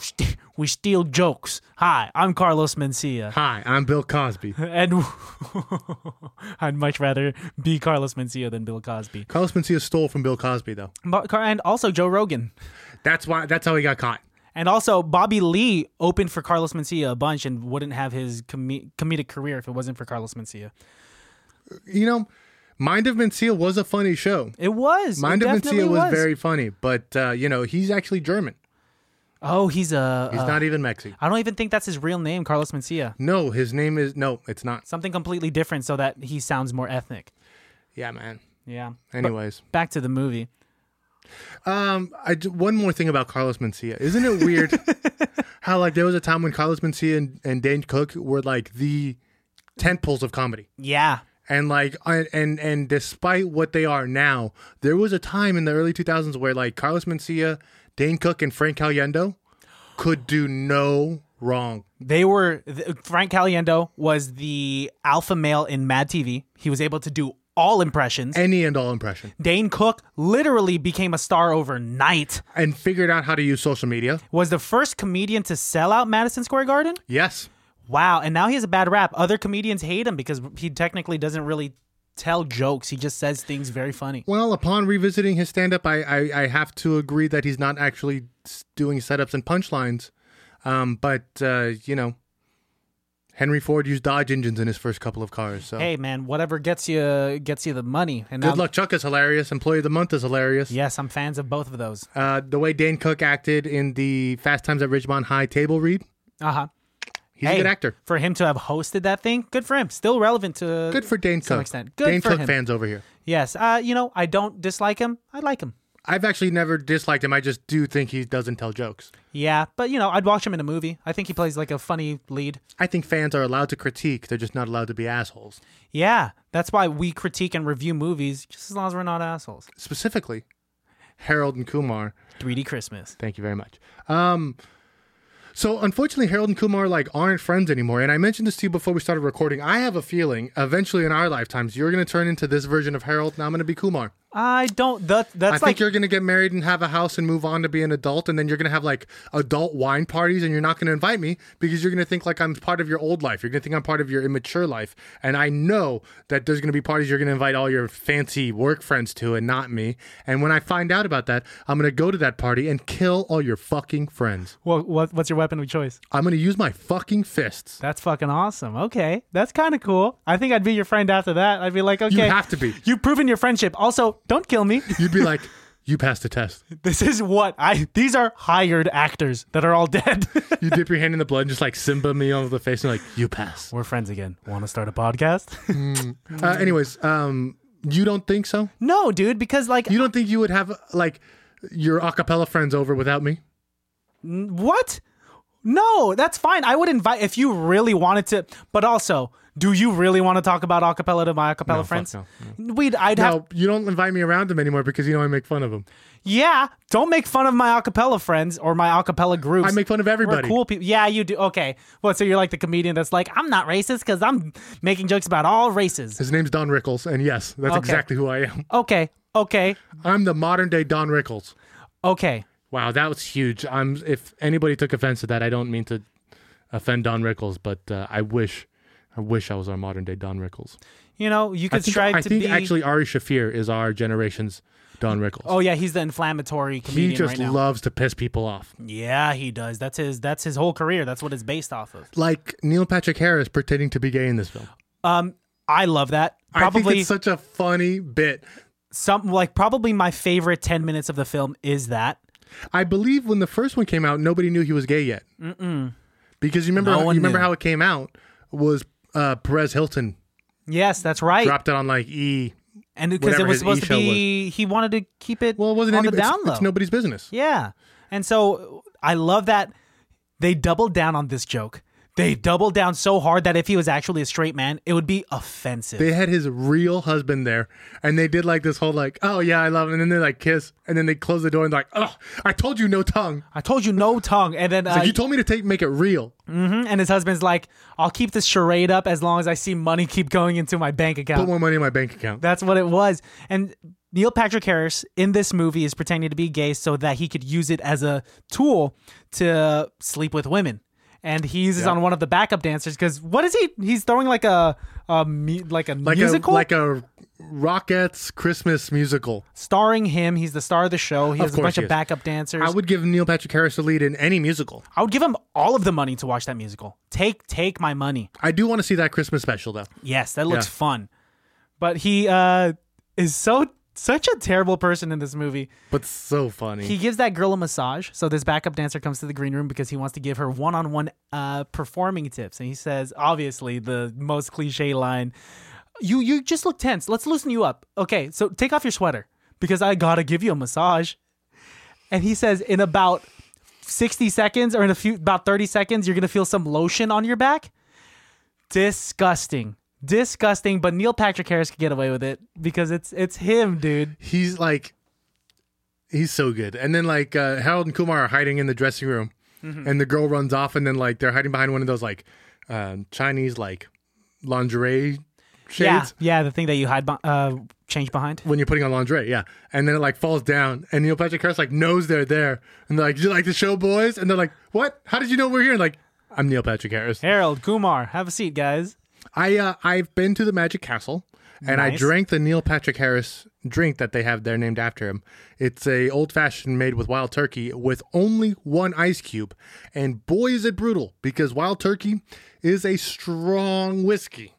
Speaker 3: We steal jokes. Hi, I'm Carlos Mencia.
Speaker 2: Hi, I'm Bill Cosby.
Speaker 3: And I'd much rather be Carlos Mencia than Bill Cosby.
Speaker 2: Carlos Mencia stole from Bill Cosby, though.
Speaker 3: But- And also Joe Rogan.
Speaker 2: That's why. That's how he got caught.
Speaker 3: And also, Bobby Lee opened for Carlos Mencia a bunch and wouldn't have his com- comedic career if it wasn't for Carlos Mencia.
Speaker 2: You know, Mind of Mencia was a funny show.
Speaker 3: It was. It
Speaker 2: Mind of
Speaker 3: definitely
Speaker 2: Mencia was, very funny, but uh, you know, he's actually German.
Speaker 3: Oh, he's a.
Speaker 2: He's
Speaker 3: uh,
Speaker 2: not even Mexican.
Speaker 3: I don't even think that's his real name, Carlos Mencia.
Speaker 2: No, his name is no. It's not.
Speaker 3: Something completely different, so that he sounds more ethnic.
Speaker 2: Yeah, man.
Speaker 3: Yeah.
Speaker 2: Anyways,
Speaker 3: Back to the movie.
Speaker 2: um, I d- one more thing about Carlos Mencia. Isn't it weird how like there was a time when Carlos Mencia and, and Dane Cook were like the tent poles of comedy,
Speaker 3: Yeah.
Speaker 2: and like I- and and despite what they are now, there was a time in the early 2000s where like Carlos Mencia, Dane Cook, and Frank Caliendo could do no wrong.
Speaker 3: They were th- Frank Caliendo was the alpha male in Mad TV. He was able to do all impressions.
Speaker 2: Any and all impression,
Speaker 3: Dane Cook literally became a star overnight.
Speaker 2: and figured out how to use social media.
Speaker 3: Was the first comedian to sell out Madison Square Garden.
Speaker 2: Yes,
Speaker 3: Wow, and now he has a bad rap. Other comedians hate him because he technically doesn't really tell jokes. He just says things very funny.
Speaker 2: Well, upon revisiting his stand up, I, I, I have to agree that he's not actually s- doing setups and punchlines. Um, but, uh, you know, Henry Ford used Dodge engines in his first couple of cars. So
Speaker 3: Hey um, man, whatever gets you gets you the money. And now,
Speaker 2: Good Luck Chuck is hilarious. Employee of the Month is hilarious.
Speaker 3: Yes, I'm fans of both of those.
Speaker 2: Uh, the way Dane Cook acted in the Fast Times at Ridgemont High table read,
Speaker 3: Uh huh.
Speaker 2: he's a good actor.
Speaker 3: For him to have hosted that thing, good for him. Still relevant to
Speaker 2: Good for Dane
Speaker 3: some
Speaker 2: Cook.
Speaker 3: extent. Good
Speaker 2: Dane
Speaker 3: for
Speaker 2: Cook
Speaker 3: him.
Speaker 2: fans over here.
Speaker 3: Yes, uh, you know I don't dislike him. I like him.
Speaker 2: I've actually never disliked him. I just do think he doesn't tell jokes.
Speaker 3: Yeah, but you know I'd watch him in a movie. I think he plays like a funny lead.
Speaker 2: I think fans are allowed to critique, they're just not allowed to be assholes.
Speaker 3: Yeah, that's why we critique and review movies just as long as we're not assholes.
Speaker 2: specifically Harold and Kumar.
Speaker 3: 3D Christmas.
Speaker 2: Thank you very much. Um, so unfortunately, Harold and Kumar like aren't friends anymore. And I mentioned this to you before we started recording. I have a feeling eventually in our lifetimes you're going to turn into this version of Harold, and I'm going to be Kumar.
Speaker 3: I don't. That
Speaker 2: I
Speaker 3: that's
Speaker 2: think
Speaker 3: like
Speaker 2: you're going to get married and have a house and move on to be an adult, and then you're going to have like adult wine parties, and you're not going to invite me because you're going to think like I'm part of your old life. You're going to think I'm part of your immature life, and I know that there's going to be parties you're going to invite all your fancy work friends to, and not me. And when I find out about that, I'm going to go to that party and kill all your fucking friends.
Speaker 3: What, what what's your weapon of choice?
Speaker 2: I'm going to use my fucking fists.
Speaker 3: That's fucking awesome. Okay, that's kind of cool. I think I'd be your friend after that. I'd be like, okay,
Speaker 2: have to be.
Speaker 3: You've proven your friendship. Also, don't kill me.
Speaker 2: You'd be like, you passed the test.
Speaker 3: this is what I. These are hired actors that are all dead.
Speaker 2: You dip your hand in the blood and just like Simba me on the face and like, you pass.
Speaker 3: We're friends again. Want to start a podcast?
Speaker 2: Uh, anyways, um, you don't think so?
Speaker 3: no, dude, because like
Speaker 2: You don't think you would have like your acapella friends over without me?
Speaker 3: what? No, that's fine. I would invite if you really wanted to. But also, do you really want to talk about acapella to my acapella
Speaker 2: fuck
Speaker 3: friends?
Speaker 2: no,
Speaker 3: We'd. I'd have.
Speaker 2: No, you don't invite me around them anymore because you know I make fun of them.
Speaker 3: Yeah, don't make fun of my acapella friends or my acapella groups.
Speaker 2: I make fun of everybody.
Speaker 3: We're cool people. Yeah, you do. Okay. Well, so you're like the comedian that's like, I'm not racist because I'm making jokes about all races.
Speaker 2: His name's Don Rickles, and yes, that's
Speaker 3: Okay.
Speaker 2: exactly who I am.
Speaker 3: Okay. Okay.
Speaker 2: I'm the modern day Don Rickles.
Speaker 3: Okay.
Speaker 2: Wow, that was huge. I'm if anybody took offense to that, I don't mean to offend Don Rickles, but uh, I wish, I wish I was our modern day Don Rickles.
Speaker 3: You know, you
Speaker 2: I
Speaker 3: could
Speaker 2: think,
Speaker 3: strive
Speaker 2: I
Speaker 3: to
Speaker 2: think
Speaker 3: be.
Speaker 2: actually Ari Shafir is our generation's Don Rickles.
Speaker 3: oh yeah, he's the inflammatory comedian
Speaker 2: he just
Speaker 3: right now.
Speaker 2: loves to piss people off.
Speaker 3: yeah, he does. That's his. That's his whole career. That's what it's based off of.
Speaker 2: Like Neil Patrick Harris pretending to be gay in this film.
Speaker 3: Um, I love that.
Speaker 2: I think
Speaker 3: Probably
Speaker 2: it's such a funny bit.
Speaker 3: some like probably my favorite ten minutes of the film is that.
Speaker 2: I believe when the first one came out, nobody knew he was gay yet. Mm-mm. Because you remember,
Speaker 3: No
Speaker 2: you
Speaker 3: one
Speaker 2: remember
Speaker 3: knew.
Speaker 2: how it came out was uh, Perez Hilton
Speaker 3: Yes, that's right.
Speaker 2: dropped it on like E.
Speaker 3: and because it
Speaker 2: whatever
Speaker 3: was
Speaker 2: his
Speaker 3: supposed to
Speaker 2: e-show
Speaker 3: be, he wanted to keep it
Speaker 2: Well, it wasn't
Speaker 3: on
Speaker 2: any,
Speaker 3: the down
Speaker 2: it's,
Speaker 3: low.
Speaker 2: it's nobody's business.
Speaker 3: Yeah. And so I love that they doubled down on this joke. They doubled down so hard that if he was actually a straight man, it would be offensive.
Speaker 2: They had his real husband there, and they did like this whole like, oh yeah, I love, him, and then they like kiss, and then they close the door and like, oh, I told you no tongue.
Speaker 3: I told you no tongue. And then uh,
Speaker 2: Like, you told me to take make it real.
Speaker 3: mhm, and his husband's like, I'll keep this charade up as long as I see money keep going into my bank account.
Speaker 2: Put more money in my bank account.
Speaker 3: That's what it was. And Neil Patrick Harris in this movie is pretending to be gay so that he could use it as a tool to sleep with women. And he uses on one of the backup dancers because what is he? He's throwing like a, a mu- like a
Speaker 2: like
Speaker 3: musical
Speaker 2: a like a Rockets Christmas musical.
Speaker 3: starring him. He's the star of the show. He has a
Speaker 2: course
Speaker 3: bunch
Speaker 2: he
Speaker 3: of
Speaker 2: is.
Speaker 3: backup dancers. I
Speaker 2: I
Speaker 3: would,
Speaker 2: would give Neil Patrick Harris a lead in any musical.
Speaker 3: give him all of the money to watch that musical. Take take my money.
Speaker 2: I do want to see that Christmas special though.
Speaker 3: Yes, that looks
Speaker 2: Yeah.
Speaker 3: fun. But he uh, is so such a terrible person in this movie.
Speaker 2: But so funny.
Speaker 3: He gives that girl a massage. So this backup dancer comes to the green room because he wants to give her one-on-one uh, performing tips, and he says, obviously the most cliche line, "You you just look tense. Let's loosen you up. Okay, so take off your sweater because I gotta give you a massage." And he says, in about sixty seconds or in a few about thirty seconds, you're gonna feel some lotion on your back. Disgusting. Disgusting, but Neil Patrick Harris could get away with it because it's it's him, dude.
Speaker 2: he's like he's so good and then like uh, harold and kumar are hiding in the dressing room and the girl runs off and then like they're hiding behind one of those like um, chinese like lingerie shades
Speaker 3: Yeah, yeah, the thing that you hide, be- uh, change behind.
Speaker 2: when you're putting on lingerie yeah and then it like falls down and neil patrick harris like knows they're there and they're like you like the show boys and they're like what how did you know we're here and like i'm neil patrick harris
Speaker 3: Harold, Kumar, have a seat, guys.
Speaker 2: i uh, i've been to the magic castle and I
Speaker 3: Nice.
Speaker 2: drank the Neil Patrick Harris drink that they have there named after him. It's a old fashioned made with wild turkey with only one ice cube, and boy is it brutal because wild turkey is a strong whiskey.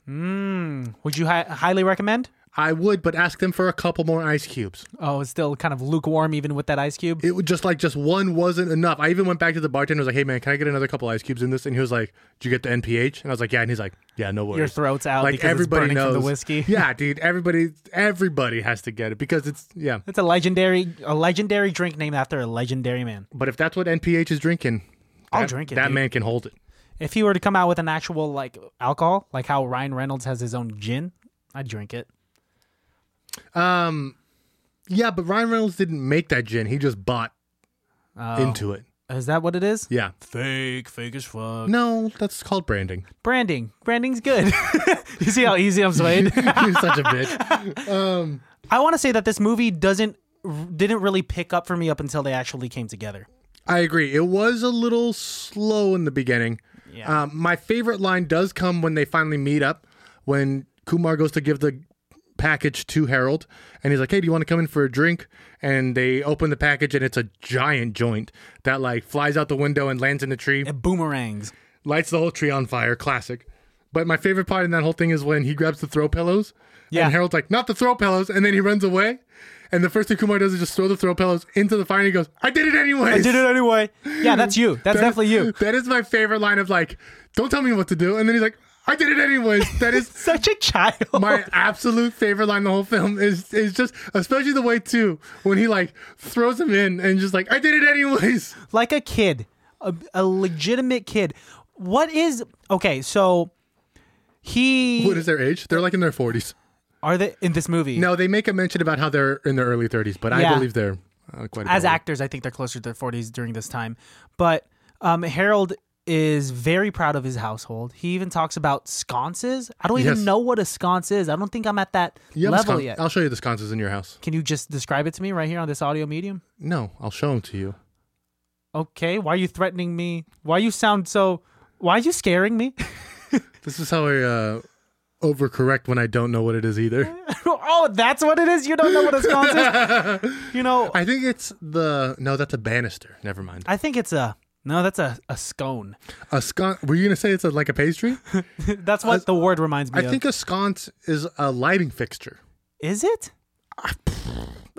Speaker 3: Would you hi- highly recommend?
Speaker 2: I would, but ask them for a couple more ice cubes.
Speaker 3: Oh, it's still kind of lukewarm even with that ice cube.
Speaker 2: It would just like just one wasn't enough. I even went back to the bartender and was like, "Hey man, can I get another couple ice cubes in this?" And he was like, "Did you get the NPH?" And I was like, "Yeah." And he's like, "Yeah, no worries."
Speaker 3: Your throat's out
Speaker 2: like
Speaker 3: because
Speaker 2: everybody
Speaker 3: it's burning
Speaker 2: knows
Speaker 3: from the whiskey.
Speaker 2: Yeah, dude. Everybody, everybody has to get it because it's yeah.
Speaker 3: It's a legendary, a legendary drink named after a legendary man.
Speaker 2: But if that's what NPH is drinking,
Speaker 3: I'll
Speaker 2: that-
Speaker 3: drink it,
Speaker 2: That
Speaker 3: dude.
Speaker 2: man can hold it.
Speaker 3: If he were to come out with an actual like alcohol, like how Ryan Reynolds has his own gin, I'd drink it.
Speaker 2: Um, yeah, but Ryan Reynolds didn't make that gin. He just bought
Speaker 3: Oh.
Speaker 2: into it.
Speaker 3: Is that what it is?
Speaker 2: Yeah.
Speaker 3: Fake, fake as fuck.
Speaker 2: No, that's called branding.
Speaker 3: Branding, branding's good. you see how easy I'm swayed.
Speaker 2: You're such a bitch.
Speaker 3: I want to say that this movie doesn't didn't really pick up for me up until they actually came together.
Speaker 2: I agree. It was a little slow in the beginning.
Speaker 3: Yeah.
Speaker 2: Um, my favorite line does come when they finally meet up. When Kumar goes to give the package to Harold, and he's like, "Hey, do you want to come in for a drink?" And they open the package, and it's a giant joint that like flies out the window and lands in the tree.
Speaker 3: It boomerangs.
Speaker 2: lights the whole tree on fire. Classic. But my favorite part in that whole thing is when he grabs the throw pillows.
Speaker 3: Yeah.
Speaker 2: And Harold's like, not the throw pillows. And then he runs away. And the first thing Kumar does is just throw the throw pillows into the fire and he goes, I did it anyways.
Speaker 3: Did it anyway. Yeah, that's you. That's definitely you.
Speaker 2: That is my favorite line of like, don't tell me what to do. And then he's like, I did it anyways. That is
Speaker 3: Such a child.
Speaker 2: my absolute favorite line in the whole film is is just especially the way too when he like throws him in and just like I did it anyways.
Speaker 3: like a kid, a, a legitimate kid. What is okay? So he
Speaker 2: What is their age? They're like in their forties.
Speaker 3: are they in this movie?
Speaker 2: No, they make a mention about how they're in their early 30s, but I
Speaker 3: Yeah.
Speaker 2: believe they're uh, quite a
Speaker 3: as
Speaker 2: bit older.
Speaker 3: actors, I think they're closer to their forties during this time. But um, Harold is very proud of his household. He even talks about sconces. I don't
Speaker 2: Yes.
Speaker 3: even know what a sconce is. I don't think I'm at that
Speaker 2: You have a
Speaker 3: level
Speaker 2: scon-
Speaker 3: yet.
Speaker 2: I'll show you the sconces in your house.
Speaker 3: Can you just describe it to me right here on this audio medium?
Speaker 2: No, I'll show them to you.
Speaker 3: Okay, why are you threatening me? Why you sound so? Why are you scaring me?
Speaker 2: This is how I uh, overcorrect when I don't know what it is either.
Speaker 3: oh, that's what it is. You don't know what a sconce is. You know,
Speaker 2: I think it's the no, that's a banister. Never mind.
Speaker 3: I think it's a no. That's a, a scone.
Speaker 2: A scon. Were you gonna say it's a, like a pastry?
Speaker 3: That's what the word reminds me
Speaker 2: I
Speaker 3: of.
Speaker 2: think a sconce is a lighting fixture.
Speaker 3: is it?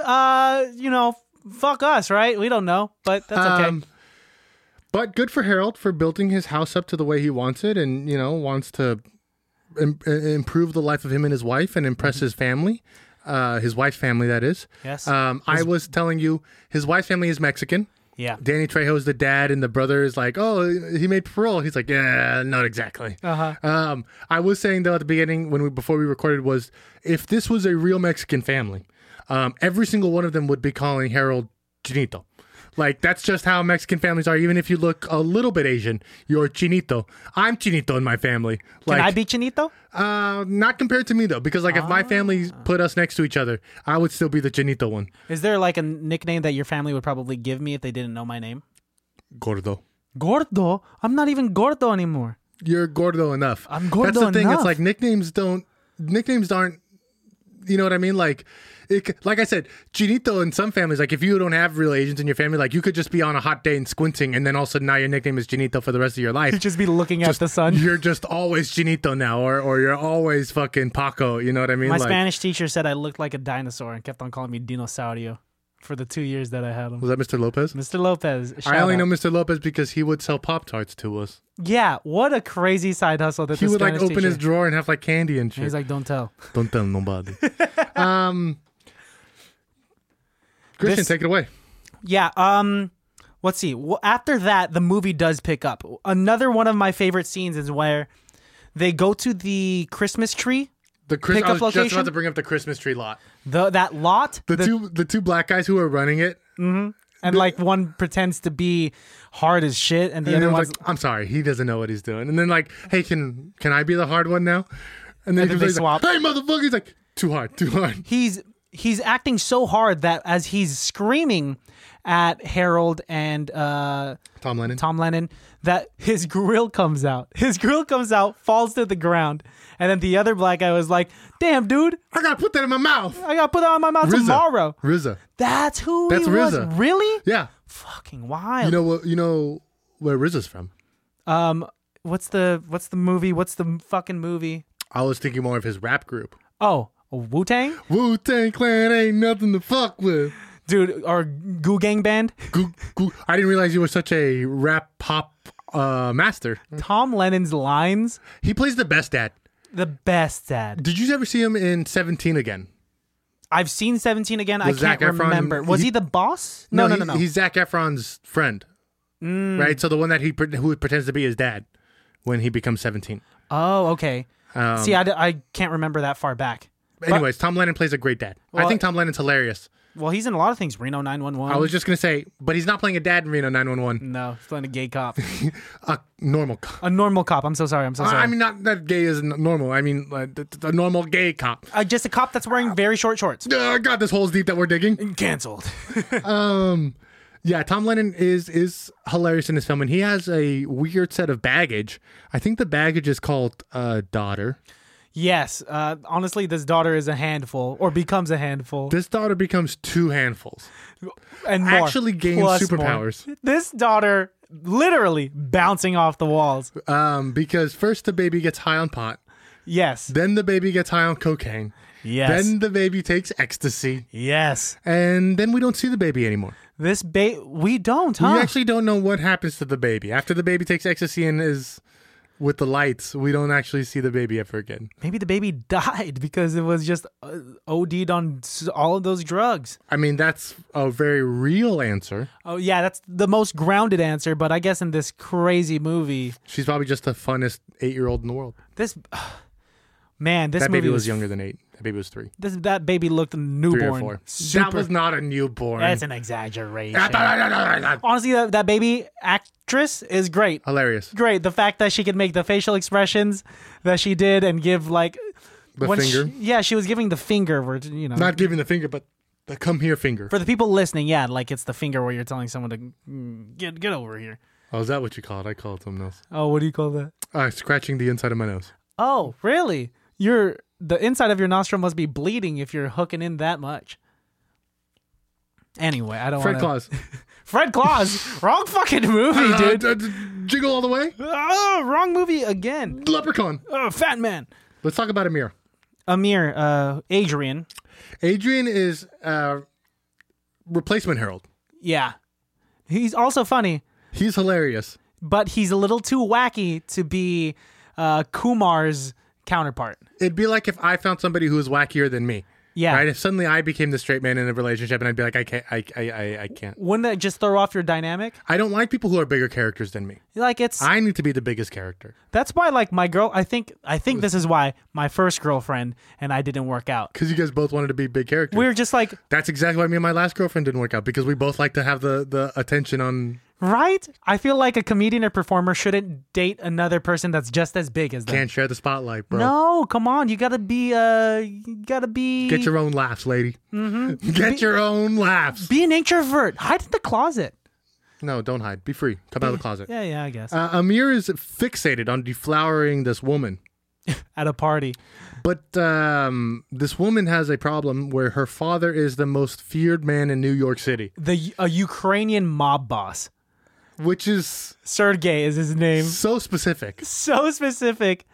Speaker 3: Uh, you know, fuck us, right? We don't know, but that's okay.
Speaker 2: Um, But good for Harold for building his house up to the way he wants it, and you know wants to im- improve the life of him and his wife and impress his family, uh, his wife's family, that is.
Speaker 3: Mm-hmm. Yes.
Speaker 2: Um, I was telling you, his wife's family is Mexican.
Speaker 3: Yeah.
Speaker 2: Danny Trejo's the dad, and the brother is like, "Oh, he made parole." He's like, "Yeah, not exactly." Uh-huh. Um, I was saying though at the beginning when we before we recorded was if this was a real Mexican family, um, every single one of them would be calling Harold Chinito. Like that's just how Mexican families are. Even if you look a little bit Asian, you're Chinito. I'm Chinito in my family. Like,
Speaker 3: Can I be Chinito?
Speaker 2: Uh, not compared to me though, because like if my family
Speaker 3: Ah.
Speaker 2: put us next to each other, I would still be the Chinito one.
Speaker 3: Is there like a nickname that your family would probably give me if they didn't know my name?
Speaker 2: Gordo.
Speaker 3: Gordo? I'm not even Gordo anymore.
Speaker 2: you're gordo enough.
Speaker 3: I'm gordo
Speaker 2: That's the thing.
Speaker 3: enough.
Speaker 2: It's like nicknames don't nicknames aren't. You know what I mean? Like, it, c- like I said, chinito in some families. Like, if you don't have real Asians in your family, like you could just be on a hot day and squinting, and then all of a sudden now your nickname is chinito for the rest of your life.
Speaker 3: You'd just be looking at the sun.
Speaker 2: You're just always chinito now, or or you're always fucking Paco. You know what I mean?
Speaker 3: My
Speaker 2: like,
Speaker 3: Spanish teacher said I looked like a dinosaur and kept on calling me Dinosaurio for the two years that I had him.
Speaker 2: was that Mr. Lopez?
Speaker 3: Mr. Lopez.
Speaker 2: I only
Speaker 3: shout
Speaker 2: know
Speaker 3: out.
Speaker 2: Mr. Lopez because he would sell Pop Tarts to us.
Speaker 3: Yeah, what a crazy side hustle that
Speaker 2: He
Speaker 3: this
Speaker 2: would like
Speaker 3: Spanish
Speaker 2: open his
Speaker 3: teacher-
Speaker 2: drawer and have like candy and shit.
Speaker 3: He's like, don't tell.
Speaker 2: Don't tell nobody. um, Christian,
Speaker 3: This-
Speaker 2: take it away.
Speaker 3: Yeah. Um. Let's see. Well, after that, the movie does pick up. Another one of my favorite scenes is where they go to the Christmas tree,
Speaker 2: The Chris-
Speaker 3: Pickup
Speaker 2: I was just
Speaker 3: location?
Speaker 2: about to bring up the Christmas tree lot.
Speaker 3: the that lot,
Speaker 2: The,
Speaker 3: the-
Speaker 2: two the two black guys who are running it.
Speaker 3: and like one pretends to be hard as shit, and the
Speaker 2: And
Speaker 3: other
Speaker 2: then
Speaker 3: one's
Speaker 2: like, I'm sorry, he doesn't know what he's doing. And then like, hey, can can I be the hard one now? And then,
Speaker 3: And then they
Speaker 2: he's
Speaker 3: swap.
Speaker 2: like, hey, motherfucker, he's like, too hard, too hard.
Speaker 3: he's he's acting so hard that as he's screaming at Harold and uh,
Speaker 2: Tom Lennon.
Speaker 3: Tom Lennon that his grill comes out. His grill comes out, falls to the ground, and then the other black guy was like, "Damn, dude,
Speaker 2: I gotta put that in my mouth.
Speaker 3: I gotta put that on my mouth
Speaker 2: RZA.
Speaker 3: tomorrow."
Speaker 2: RZA.
Speaker 3: That's who
Speaker 2: That's
Speaker 3: he was.
Speaker 2: RZA.
Speaker 3: Really?
Speaker 2: Yeah.
Speaker 3: Fucking wild.
Speaker 2: You know what? You know where RZA's from?
Speaker 3: um, what's the what's the movie? What's the fucking movie?
Speaker 2: I was thinking more of his rap group.
Speaker 3: Oh, Wu Tang,
Speaker 2: Wu Tang Clan ain't nothing to fuck with.
Speaker 3: dude, or Goo Gang Band.
Speaker 2: Goo, goo. I didn't realize you were such a rap pop uh, master.
Speaker 3: Tom Lennon's lines,
Speaker 2: He plays the best at.
Speaker 3: the best dad.
Speaker 2: Did you ever see him in 17 again?
Speaker 3: I've seen Seventeen again. I
Speaker 2: Was Zac
Speaker 3: can't
Speaker 2: Efron-
Speaker 3: remember. Was he,
Speaker 2: he-
Speaker 3: the boss? No, no,
Speaker 2: he-
Speaker 3: no, Mm. no.
Speaker 2: He's Zach Efron's friend, right? So the one that he pre- who pretends to be his dad when he becomes 17.
Speaker 3: oh, okay.
Speaker 2: Um,
Speaker 3: See, I, d- I can't remember that far back.
Speaker 2: Anyways, Tom Lennon plays a great dad.
Speaker 3: Well,
Speaker 2: I think Tom Lennon's hilarious.
Speaker 3: Well, he's in a lot of things. Reno 911.
Speaker 2: I was just gonna say, but he's not playing a dad in Reno 911.
Speaker 3: no, he's playing a gay cop.
Speaker 2: A normal. cop.
Speaker 3: a normal cop. I'm so sorry. Mm. I'm so sorry.
Speaker 2: I mean, not that gay is n- normal. I mean, uh, th- th- a normal gay cop.
Speaker 3: uh, just a cop that's wearing very short shorts.
Speaker 2: Uh, God, this hole's deep that we're digging.
Speaker 3: Cancelled.
Speaker 2: Yeah, Tom Lennon is is hilarious in this film, and he has a weird set of baggage. I think the baggage is called uh, daughter.
Speaker 3: Yes. Uh, honestly, this daughter is a handful or becomes a handful
Speaker 2: This daughter becomes two handfuls.
Speaker 3: and more.
Speaker 2: actually gains
Speaker 3: Plus
Speaker 2: superpowers.
Speaker 3: more. This daughter literally bouncing off the walls.
Speaker 2: Um, because first the baby gets high on pot,
Speaker 3: Yes.
Speaker 2: then the baby gets high on cocaine,
Speaker 3: Yes.
Speaker 2: then the baby takes ecstasy,
Speaker 3: yes.
Speaker 2: and then we don't see the baby anymore.
Speaker 3: This ba- we don't,
Speaker 2: We
Speaker 3: huh?
Speaker 2: actually don't know what happens to the baby after the baby takes ecstasy and is with the lights. We don't actually see the baby ever again.
Speaker 3: Maybe the baby died because it was just uh, OD'd on s- all of those drugs.
Speaker 2: I mean, that's a very real answer.
Speaker 3: Oh yeah, that's the most grounded answer, but I guess in this crazy movie,
Speaker 2: She's probably just the funnest eight year old in the world.
Speaker 3: this man, this
Speaker 2: That
Speaker 3: movie
Speaker 2: baby was younger than eight. That baby was three,
Speaker 3: This that baby looked
Speaker 2: three
Speaker 3: newborn.
Speaker 2: or four.
Speaker 3: Super,
Speaker 2: That was not a newborn.
Speaker 3: that's an exaggeration. Honestly, that, that baby actress is great.
Speaker 2: Hilarious.
Speaker 3: Great. The fact that she could make the facial expressions that she did and give like
Speaker 2: The
Speaker 3: when
Speaker 2: finger.
Speaker 3: she- yeah, she was giving the finger. where, You know,
Speaker 2: Not giving the finger, but the come here finger.
Speaker 3: for the people listening, yeah, like it's the finger where you're telling someone to mm, get get over here.
Speaker 2: Oh, is that what you call it? I call it something else.
Speaker 3: Oh, what do you call that?
Speaker 2: Uh, scratching the inside of my nose.
Speaker 3: Oh, really? Your the inside of your nostril must be bleeding if you're hooking in that much. Anyway, I don't
Speaker 2: Fred
Speaker 3: wanna...
Speaker 2: Claus.
Speaker 3: Fred Claus. wrong fucking movie, dude.
Speaker 2: Uh, d- d- jiggle all the way.
Speaker 3: Oh, wrong movie again.
Speaker 2: Leprechaun.
Speaker 3: Oh, fat man.
Speaker 2: Let's talk about Amir.
Speaker 3: Amir, uh, Adrian.
Speaker 2: Adrian is uh, replacement Harold.
Speaker 3: Yeah. He's also funny,
Speaker 2: He's hilarious.
Speaker 3: but he's a little too wacky to be uh, Kumar's counterpart.
Speaker 2: It'd be like if I found somebody who was wackier than me.
Speaker 3: Yeah.
Speaker 2: Right. If suddenly I became the straight man in a relationship, and I'd be like, I can't, I, I, I, I can't.
Speaker 3: Wouldn't that just throw off your dynamic?
Speaker 2: I don't like people who are bigger characters than me.
Speaker 3: Like it's
Speaker 2: I need to be the biggest character
Speaker 3: that's why like my girl I think I think this is why my first girlfriend and I didn't work out.
Speaker 2: because you guys both wanted to be big characters.
Speaker 3: We were just like,
Speaker 2: That's exactly why me and my last girlfriend didn't work out because we both like to have the the attention on.
Speaker 3: right? I feel like a comedian or performer shouldn't date another person that's just as big as them.
Speaker 2: Can't share the spotlight, bro.
Speaker 3: No, come on. You gotta be uh you gotta be
Speaker 2: Get your own laughs, lady. Mm-hmm. Get your own laughs.
Speaker 3: be an introvert. Hide in the closet.
Speaker 2: No, don't hide. Be free. Come out of the closet.
Speaker 3: Yeah, yeah, I guess.
Speaker 2: Uh, Amir is fixated on deflowering this woman,
Speaker 3: At a party.
Speaker 2: but um, this woman has a problem where her father is the most feared man in New York City,
Speaker 3: The a Ukrainian mob boss.
Speaker 2: which is
Speaker 3: Sergey is his name.
Speaker 2: so specific.
Speaker 3: so specific.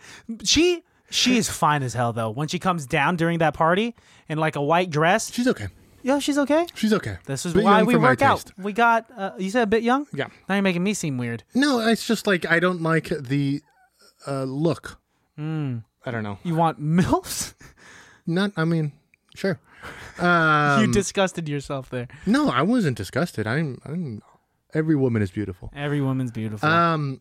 Speaker 3: She she is fine as hell though. When she comes down during that party in like a white dress,
Speaker 2: She's okay.
Speaker 3: yo, she's okay.
Speaker 2: She's okay.
Speaker 3: This is
Speaker 2: Bit
Speaker 3: why
Speaker 2: young
Speaker 3: we
Speaker 2: for my
Speaker 3: work out.
Speaker 2: taste.
Speaker 3: We got uh, you said a bit young.
Speaker 2: Yeah.
Speaker 3: Now you're making me seem weird.
Speaker 2: No, it's just like I don't like the uh, look. Hmm, I don't know.
Speaker 3: You want milfs?
Speaker 2: Not. I mean, sure. Um,
Speaker 3: you disgusted yourself there.
Speaker 2: No, I wasn't disgusted. I'm. I'm every woman is beautiful.
Speaker 3: Every woman's beautiful.
Speaker 2: Um.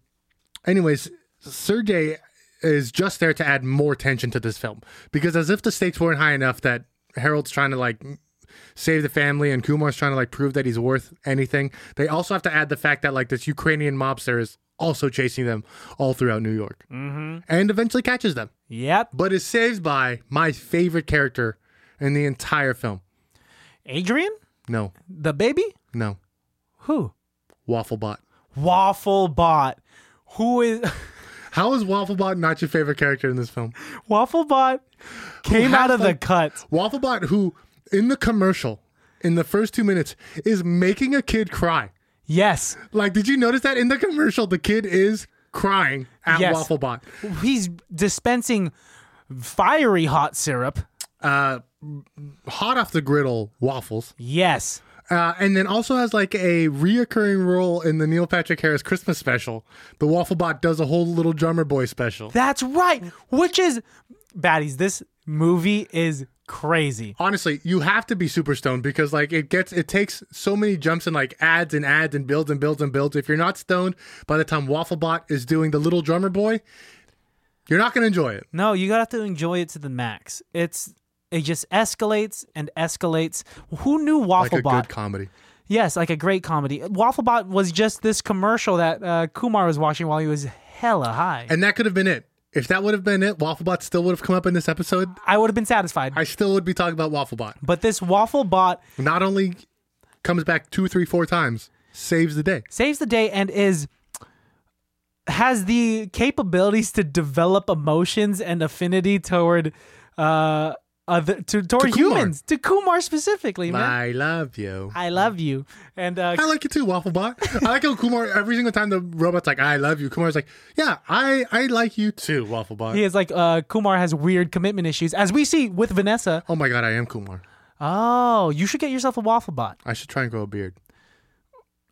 Speaker 2: Anyways, Sergey is just there to add more tension to this film because as if the stakes weren't high enough that Harold's trying to like save the family and Kumar's trying to like prove that he's worth anything. They also have to add the fact that like this Ukrainian mobster is also chasing them all throughout New York mm-hmm. and eventually catches them,
Speaker 3: yep.
Speaker 2: but is saved by my favorite character in the entire film.
Speaker 3: Adrian,
Speaker 2: No,
Speaker 3: the baby,
Speaker 2: no,
Speaker 3: who
Speaker 2: Wafflebot.
Speaker 3: waffle bot, who is
Speaker 2: How is Wafflebot not your favorite character in this film?
Speaker 3: waffle bot came
Speaker 2: has,
Speaker 3: out of the
Speaker 2: like-
Speaker 3: cut.
Speaker 2: Wafflebot, who in the commercial, in the first two minutes, is making a kid cry.
Speaker 3: Yes,
Speaker 2: Like, did you notice that in the commercial, the kid is crying at
Speaker 3: Yes.
Speaker 2: Wafflebot?
Speaker 3: he's dispensing fiery hot syrup.
Speaker 2: Uh, hot off the griddle waffles.
Speaker 3: Yes.
Speaker 2: Uh, and then also has like a reoccurring role in the Neil Patrick Harris Christmas special. The Wafflebot does a whole little drummer boy special.
Speaker 3: That's right. Which is baddies. This movie is crazy.
Speaker 2: honestly, you have to be super stoned because like it gets it takes so many jumps and like ads and ads and builds and builds and builds. If you're not stoned by the time Wafflebot is doing the little drummer boy, you're not gonna enjoy it.
Speaker 3: No, you gotta have to enjoy it to the max. It's it just escalates and escalates. Who knew
Speaker 2: Like a
Speaker 3: Wafflebot?
Speaker 2: good comedy.
Speaker 3: yes, like a great comedy. Wafflebot was just this commercial that uh, Kumar was watching while he was hella high.
Speaker 2: And that could have been it. If that would have been it, Wafflebot still would have come up in this episode.
Speaker 3: I would have been satisfied.
Speaker 2: I still would be talking about Wafflebot.
Speaker 3: but this Wafflebot
Speaker 2: Not only comes back two, three, four times, saves the day.
Speaker 3: saves the day and is has the capabilities to develop emotions and affinity toward uh other to toward
Speaker 2: Kumar.
Speaker 3: humans to Kumar specifically, man.
Speaker 2: I love you.
Speaker 3: I love you, and uh,
Speaker 2: I like you too, Wafflebot. I like how Kumar every single time the robot's like, "I love you." Kumar's like, "Yeah, I I like you too, Wafflebot."
Speaker 3: he is like uh, Kumar has weird commitment issues, as we see with Vanessa.
Speaker 2: Oh my god, I am Kumar.
Speaker 3: Oh, you should get yourself a waffle bot
Speaker 2: I should try and grow a beard.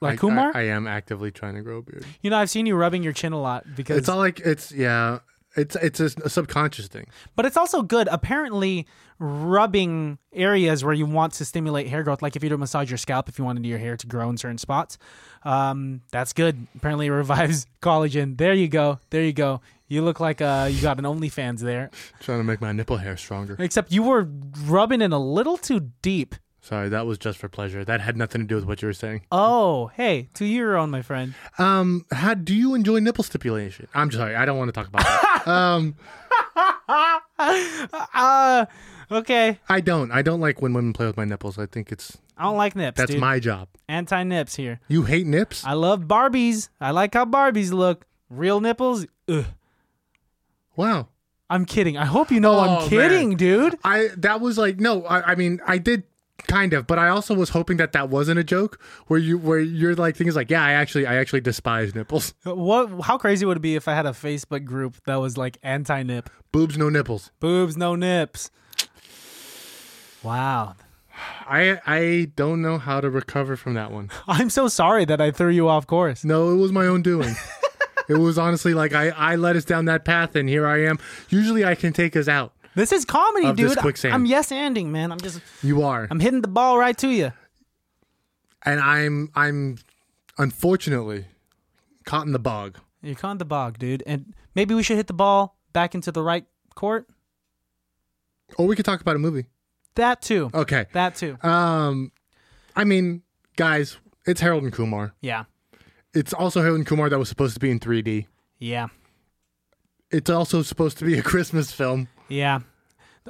Speaker 3: like
Speaker 2: I,
Speaker 3: Kumar.
Speaker 2: I, I am actively trying to grow a beard.
Speaker 3: you know, I've seen you rubbing your chin a lot because
Speaker 2: It's all like it's yeah. It's it's a, a subconscious thing.
Speaker 3: But it's also good, apparently, rubbing areas where you want to stimulate hair growth. Like if you do massage your scalp, if you wanted your hair to grow in certain spots, um, that's good. Apparently, it revives collagen. There you go. There you go. You look like uh, you got an OnlyFans there.
Speaker 2: Trying to make my nipple hair stronger.
Speaker 3: Except you were rubbing in a little too deep.
Speaker 2: Sorry, that was just for pleasure. That had nothing to do with what you were saying.
Speaker 3: Oh, hey, to your own, my friend.
Speaker 2: Um, how do you enjoy nipple stipulation? I'm sorry, I don't want to talk about that. um,
Speaker 3: Uh, okay.
Speaker 2: I don't. I don't like when women play with my nipples. I think it's
Speaker 3: I don't like nips.
Speaker 2: that's
Speaker 3: dude.
Speaker 2: my job.
Speaker 3: anti nips here.
Speaker 2: You hate nips?
Speaker 3: I love Barbies. I like how Barbies look. Real nipples, ugh.
Speaker 2: wow.
Speaker 3: I'm kidding. I hope you know
Speaker 2: Oh,
Speaker 3: I'm kidding,
Speaker 2: man.
Speaker 3: dude.
Speaker 2: I that was like no, I, I mean I did kind of, but I also was hoping that that wasn't a joke where you where you're like things like yeah, I actually I actually despise nipples,
Speaker 3: What? How crazy would it be if I had a Facebook group that was like anti-nip,
Speaker 2: boobs no nipples.
Speaker 3: boobs no nips? Wow,
Speaker 2: I I don't know how to recover from that one.
Speaker 3: I'm so sorry that I threw you off course.
Speaker 2: No, it was my own doing. It was honestly like I, I led us down that path, and here I am. Usually, I can take us out.
Speaker 3: This is comedy,
Speaker 2: Of this
Speaker 3: dude.
Speaker 2: quicksand.
Speaker 3: I'm yes anding, man. I'm just
Speaker 2: You are,
Speaker 3: I'm hitting the ball right to you.
Speaker 2: and I'm I'm unfortunately caught in the bog.
Speaker 3: You're caught in the bog, dude. And maybe we should hit the ball back into the right court.
Speaker 2: Or we could talk about a movie.
Speaker 3: That too.
Speaker 2: Okay.
Speaker 3: That too.
Speaker 2: Um, I mean, guys, it's Harold and Kumar.
Speaker 3: yeah.
Speaker 2: It's also Harold and Kumar that was supposed to be in 3D.
Speaker 3: Yeah.
Speaker 2: It's also supposed to be a Christmas film.
Speaker 3: Yeah.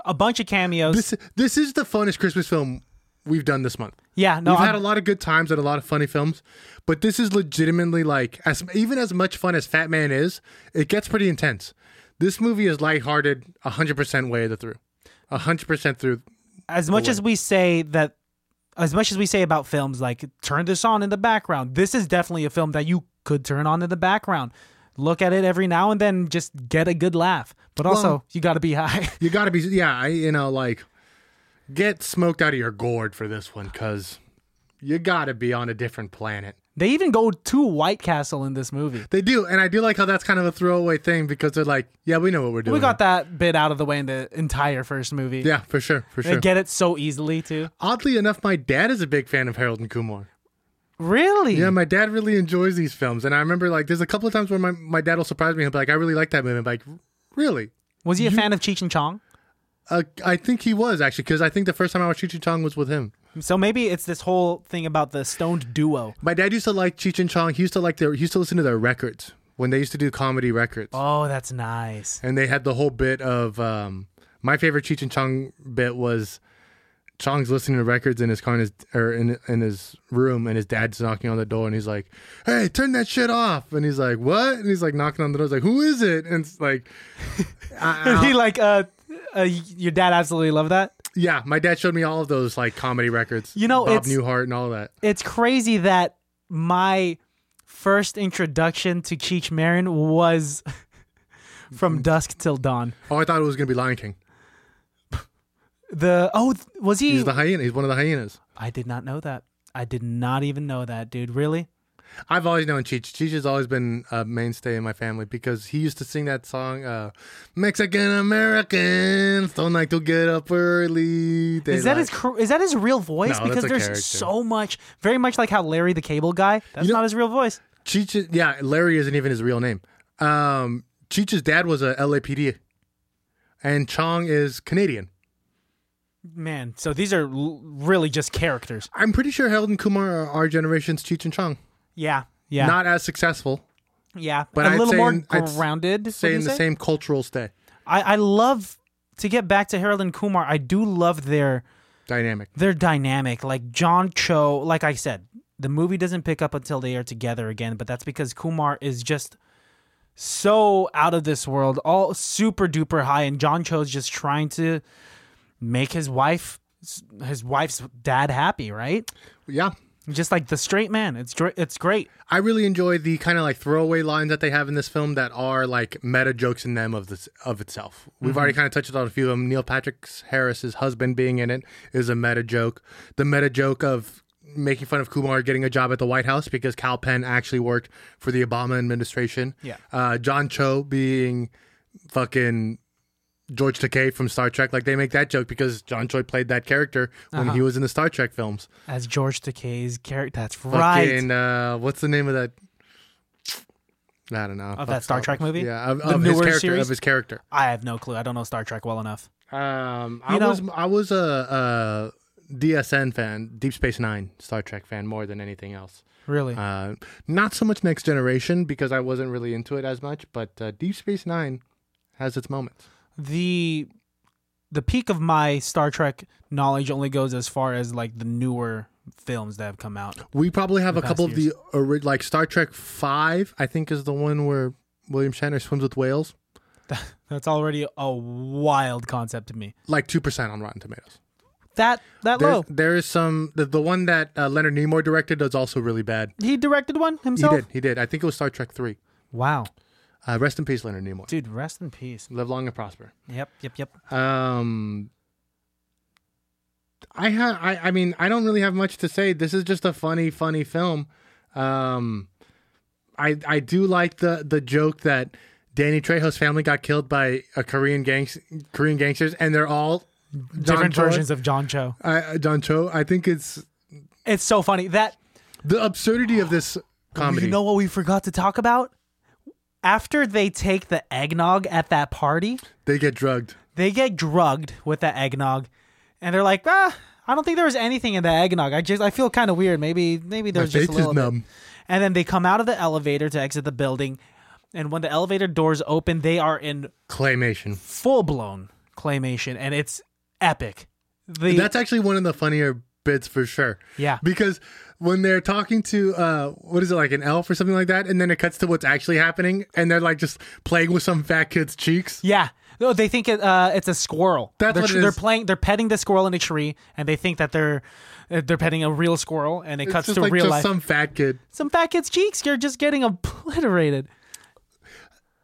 Speaker 3: A bunch of cameos.
Speaker 2: This this is the funnest Christmas film we've done this month.
Speaker 3: yeah. No.
Speaker 2: We've
Speaker 3: I'm-
Speaker 2: had a lot of good times and a lot of funny films, but this is legitimately like as even as much fun as Fat Man is, it gets pretty intense. This movie is lighthearted 100% way the through. 100% through.
Speaker 3: as much as we say that as much as we say about films like turn this on in the background this is definitely a film that you could turn on in the background look at it every now and then just get a good laugh but also
Speaker 2: Well-
Speaker 3: you got to be high
Speaker 2: You got to be yeah, I, you know like get smoked out of your gourd for this one cuz you got to be on a different planet.
Speaker 3: they even go to white castle in this movie
Speaker 2: They do, and I do like how that's kind of a throwaway thing because they're like, yeah, we know what we're doing.
Speaker 3: we got that bit out of the way in the entire first movie
Speaker 2: Yeah, for sure, for
Speaker 3: they
Speaker 2: sure.
Speaker 3: get it so easily too
Speaker 2: Oddly enough, my dad is a big fan of Harold and Kumar.
Speaker 3: really
Speaker 2: Yeah, my dad really enjoys these films, and I remember like there's a couple of times where my, my dad will surprise me and be like, "I really like that movie." I'm like, really?
Speaker 3: was he a fan of cheech and chong
Speaker 2: Uh, I think he was actually because I think the first time I watched Cheech and Chong was with him.
Speaker 3: so maybe it's this whole thing about the stoned duo
Speaker 2: My dad used to like Cheech and Chong. He used to like their he used to listen to their records when they used to do comedy records,
Speaker 3: oh that's nice
Speaker 2: and they had the whole bit of um, my favorite Cheech and Chong bit was. Chong's listening to records in his car in his, or in, in his room, and his dad's knocking on the door, and he's like, "Hey, turn that shit off!" And he's like, "What?" And he's like knocking on the door, he's like, "Who is it?" And it's like,
Speaker 3: and he like uh, uh your dad absolutely loved that
Speaker 2: Yeah, my dad showed me all of those like comedy records.
Speaker 3: You know,
Speaker 2: Bob
Speaker 3: it's-
Speaker 2: Newhart and all that.
Speaker 3: it's crazy that my first introduction to Cheech Marin was
Speaker 2: Mm-hmm.
Speaker 3: from dusk till dawn.
Speaker 2: Oh, I thought it was gonna be Lion King.
Speaker 3: The oh th- was he?
Speaker 2: He's the hyena. He's one of the hyenas.
Speaker 3: I did not know that. I did not even know that, dude. Really?
Speaker 2: I've always known Cheech. Cheech has always been a mainstay in my family because he used to sing that song, uh, "Mexican Americans don't like to get up early." They
Speaker 3: Is that his
Speaker 2: like-
Speaker 3: cr- is that his real voice?
Speaker 2: No, that's
Speaker 3: because
Speaker 2: a
Speaker 3: there's
Speaker 2: character.
Speaker 3: so much, very much like how Larry the Cable Guy. That's
Speaker 2: You know-
Speaker 3: not his real voice.
Speaker 2: Cheech? is- Yeah, Larry isn't even his real name. Um, Cheech's dad was a LAPD, and Chong is Canadian.
Speaker 3: Man, so these are l- really just characters.
Speaker 2: I'm pretty sure Harold and Kumar are our generation's Cheech and Chong.
Speaker 3: Yeah, yeah,
Speaker 2: Not as successful,
Speaker 3: yeah.
Speaker 2: but
Speaker 3: a
Speaker 2: I'd
Speaker 3: little
Speaker 2: say
Speaker 3: more
Speaker 2: in- I'd s-
Speaker 3: grounded. would you
Speaker 2: staying the
Speaker 3: say?
Speaker 2: same cultural stay
Speaker 3: I, I love to get back to Harold and Kumar. I do love their
Speaker 2: dynamic.
Speaker 3: their dynamic. Like John Cho, like I said, the movie doesn't pick up until they are together again, but that's because Kumar is just so out of this world, all super duper high, and John Cho's just trying to make his wife his wife's dad happy, right?
Speaker 2: Yeah.
Speaker 3: Just like the straight man. It's great. It's great.
Speaker 2: I really enjoy the kind of like throwaway lines that they have in this film that are like meta jokes in them of this of itself. We've already kind of touched on a few of them. Neil Patrick Harris's husband being in it is a meta joke. The meta joke of making fun of Kumar getting a job at the White House because Cal Penn actually worked for the Obama administration.
Speaker 3: Yeah.
Speaker 2: Uh, John Cho being fucking George Takei from Star Trek. Like they make that joke because John Cho played that character when he was in the Star Trek films.
Speaker 3: As George Takei's character. That's right.
Speaker 2: Fucking, uh, what's the name of that? I don't know. Of
Speaker 3: that Star Trek movie?
Speaker 2: Yeah, of,
Speaker 3: The
Speaker 2: of his
Speaker 3: newer
Speaker 2: character.
Speaker 3: series?
Speaker 2: Of his character.
Speaker 3: I have no clue. I don't know Star Trek well enough.
Speaker 2: Um, I
Speaker 3: You know-
Speaker 2: was I was a, a DSN fan, Deep Space Nine Star Trek fan more than anything else.
Speaker 3: Really?
Speaker 2: Uh, not so much Next Generation because I wasn't really into it as much, but uh, Deep Space Nine has its moments.
Speaker 3: the the peak of my Star Trek knowledge only goes as far as like the newer films that have come out.
Speaker 2: We probably have a
Speaker 3: past
Speaker 2: couple of the ori- like Star Trek Five. I think is the one where William Shatner swims with whales.
Speaker 3: That's already a wild concept to me.
Speaker 2: Like two percent on Rotten Tomatoes.
Speaker 3: That that
Speaker 2: There's,
Speaker 3: low.
Speaker 2: there is some the, the one that uh, Leonard Nimoy directed is also really bad.
Speaker 3: He directed one
Speaker 2: He
Speaker 3: himself.
Speaker 2: did. He did. I think it was Star Trek Three.
Speaker 3: Wow,
Speaker 2: Uh, rest in peace, Leonard Nimoy.
Speaker 3: dude, rest in peace.
Speaker 2: Live long and prosper.
Speaker 3: Yep, yep, yep.
Speaker 2: Um, I ha- I I mean I don't really have much to say. This is just a funny, funny film. Um, I I do like the the joke that Danny Trejo's family got killed by a Korean gangs Korean gangsters, and they're all
Speaker 3: Different versions of John Cho.
Speaker 2: I, Don Cho. I think it's
Speaker 3: It's so funny that
Speaker 2: the absurdity of this comedy.
Speaker 3: You know what we forgot to talk about? After they take the eggnog at that party,
Speaker 2: they get drugged.
Speaker 3: they get drugged with the eggnog, and they're like, ah, I don't think there was anything in the eggnog. I just I feel kind of weird. Maybe maybe there's just a
Speaker 2: faith is
Speaker 3: little bit."
Speaker 2: numb.
Speaker 3: And then they come out of the elevator to exit the building, and when the elevator doors open, they are in
Speaker 2: Claymation.
Speaker 3: full blown claymation, and it's epic. The
Speaker 2: That's actually one of the funnier bits for sure.
Speaker 3: Yeah.
Speaker 2: Because when they're talking to uh what is it like an elf or something like that, and then it cuts to what's actually happening, and they're like just playing with some fat kid's cheeks.
Speaker 3: Yeah. No, they think it, uh, it's a squirrel.
Speaker 2: That's
Speaker 3: they're,
Speaker 2: what it
Speaker 3: They're
Speaker 2: is.
Speaker 3: playing. They're petting the squirrel in a tree, and they think that they're uh, they're petting a real squirrel, and it
Speaker 2: It's
Speaker 3: cuts
Speaker 2: just
Speaker 3: to
Speaker 2: like
Speaker 3: real
Speaker 2: just
Speaker 3: life. Some...
Speaker 2: some fat kid.
Speaker 3: fat kid's cheeks. You're just getting obliterated.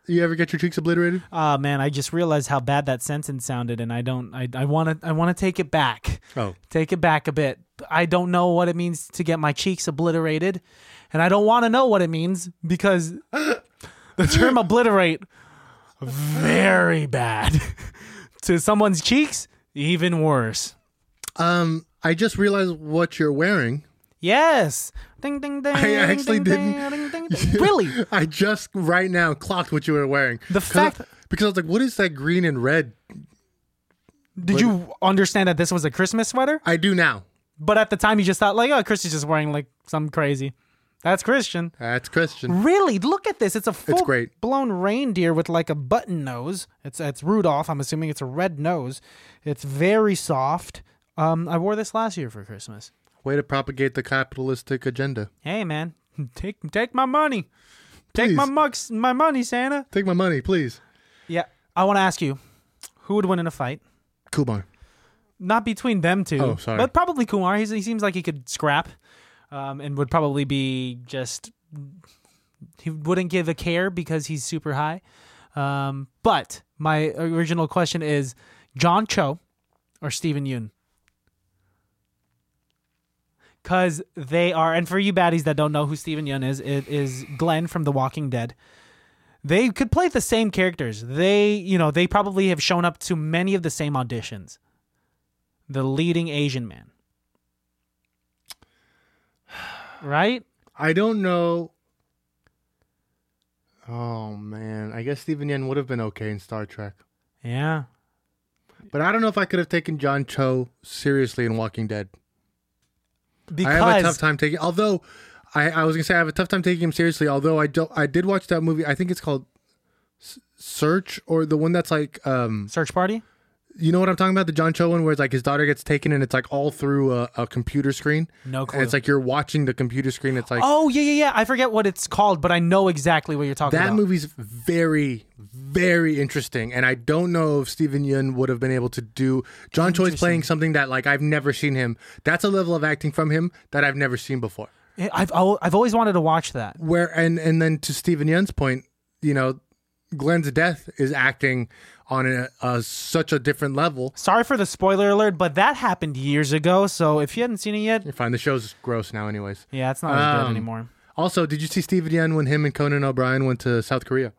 Speaker 2: You ever get your cheeks obliterated?
Speaker 3: Ah man, I just realized how bad that sentence sounded, and I don't. I I want to. I want to take it back.
Speaker 2: Oh.
Speaker 3: Take it back a bit. I don't know what it means to get my cheeks obliterated, and I don't want to know what it means because the term obliterate very bad to someone's cheeks, even worse.
Speaker 2: Um, I just realized what you're wearing.
Speaker 3: Yes. Ding ding ding.
Speaker 2: I actually
Speaker 3: ding,
Speaker 2: didn't-
Speaker 3: Ding, ding, ding. really?
Speaker 2: I just right now clocked what you were wearing.
Speaker 3: The
Speaker 2: 'Cause-
Speaker 3: fact-
Speaker 2: because I was like, what is that green and red?
Speaker 3: Did you understand that this was a Christmas sweater?
Speaker 2: I do now.
Speaker 3: But at the time, you just thought like, oh, Christian's just wearing like something crazy. That's Christian.
Speaker 2: That's Christian.
Speaker 3: Really? Look at this. It's a full
Speaker 2: great.
Speaker 3: blown reindeer with like a button nose. It's it's Rudolph. I'm assuming it's a red nose. It's very soft. Um, I wore this last year for Christmas.
Speaker 2: Way to propagate the capitalistic agenda.
Speaker 3: Hey man, take take my money. Take
Speaker 2: Please.
Speaker 3: my mugs, my money, Santa.
Speaker 2: Take my money, please.
Speaker 3: Yeah. I want to ask you, who would win in a fight?
Speaker 2: Kumar.
Speaker 3: not between them two.
Speaker 2: Oh, sorry.
Speaker 3: But probably Kumar. He's, he seems like he could scrap, um, and would probably be just he wouldn't give a care because he's super high. Um, but my original question is John Cho or Steven Yoon? Cause they are, and for you baddies that don't know who Steven Yeun is, it is Glenn from The Walking Dead. They could play the same characters. They, you know, they probably have shown up to many of the same auditions the leading Asian man. Right?
Speaker 2: I don't know. Oh man, I guess Steven Yen would have been okay in Star Trek,
Speaker 3: Yeah.
Speaker 2: but I don't know if I could have taken John Cho seriously in Walking Dead.
Speaker 3: Because
Speaker 2: I have a tough time taking. Although, I, I was gonna say I have a tough time taking him seriously. Although I don't, I did watch that movie. I think it's called S- Search or the one that's like, um,
Speaker 3: search party?
Speaker 2: you know what I'm talking about? The John Cho one where it's like his daughter gets taken and it's like all through a, a computer screen.
Speaker 3: No clue.
Speaker 2: And it's like you're watching the computer screen. It's like
Speaker 3: oh yeah, yeah, yeah. I forget what it's called, but I know exactly what you're talking
Speaker 2: That
Speaker 3: about.
Speaker 2: movie's very, very interesting, and I don't know if Steven Yeun would have been able to do. John Choi's playing something that like I've never seen him. That's a level of acting from him that I've never seen before.
Speaker 3: Yeah, Eh, I've al- I've always wanted to watch that.
Speaker 2: Where and and then to Steven Yeun's point, you know, Glenn's death is acting on a, a such a different level.
Speaker 3: Sorry for the spoiler alert, but that happened years ago, so if you hadn't seen it yet,
Speaker 2: I find the show's gross now, anyways.
Speaker 3: yeah, it's not as good
Speaker 2: Um,
Speaker 3: anymore.
Speaker 2: Also, did you see Steven Yeun when him and Conan O'Brien went to South Korea?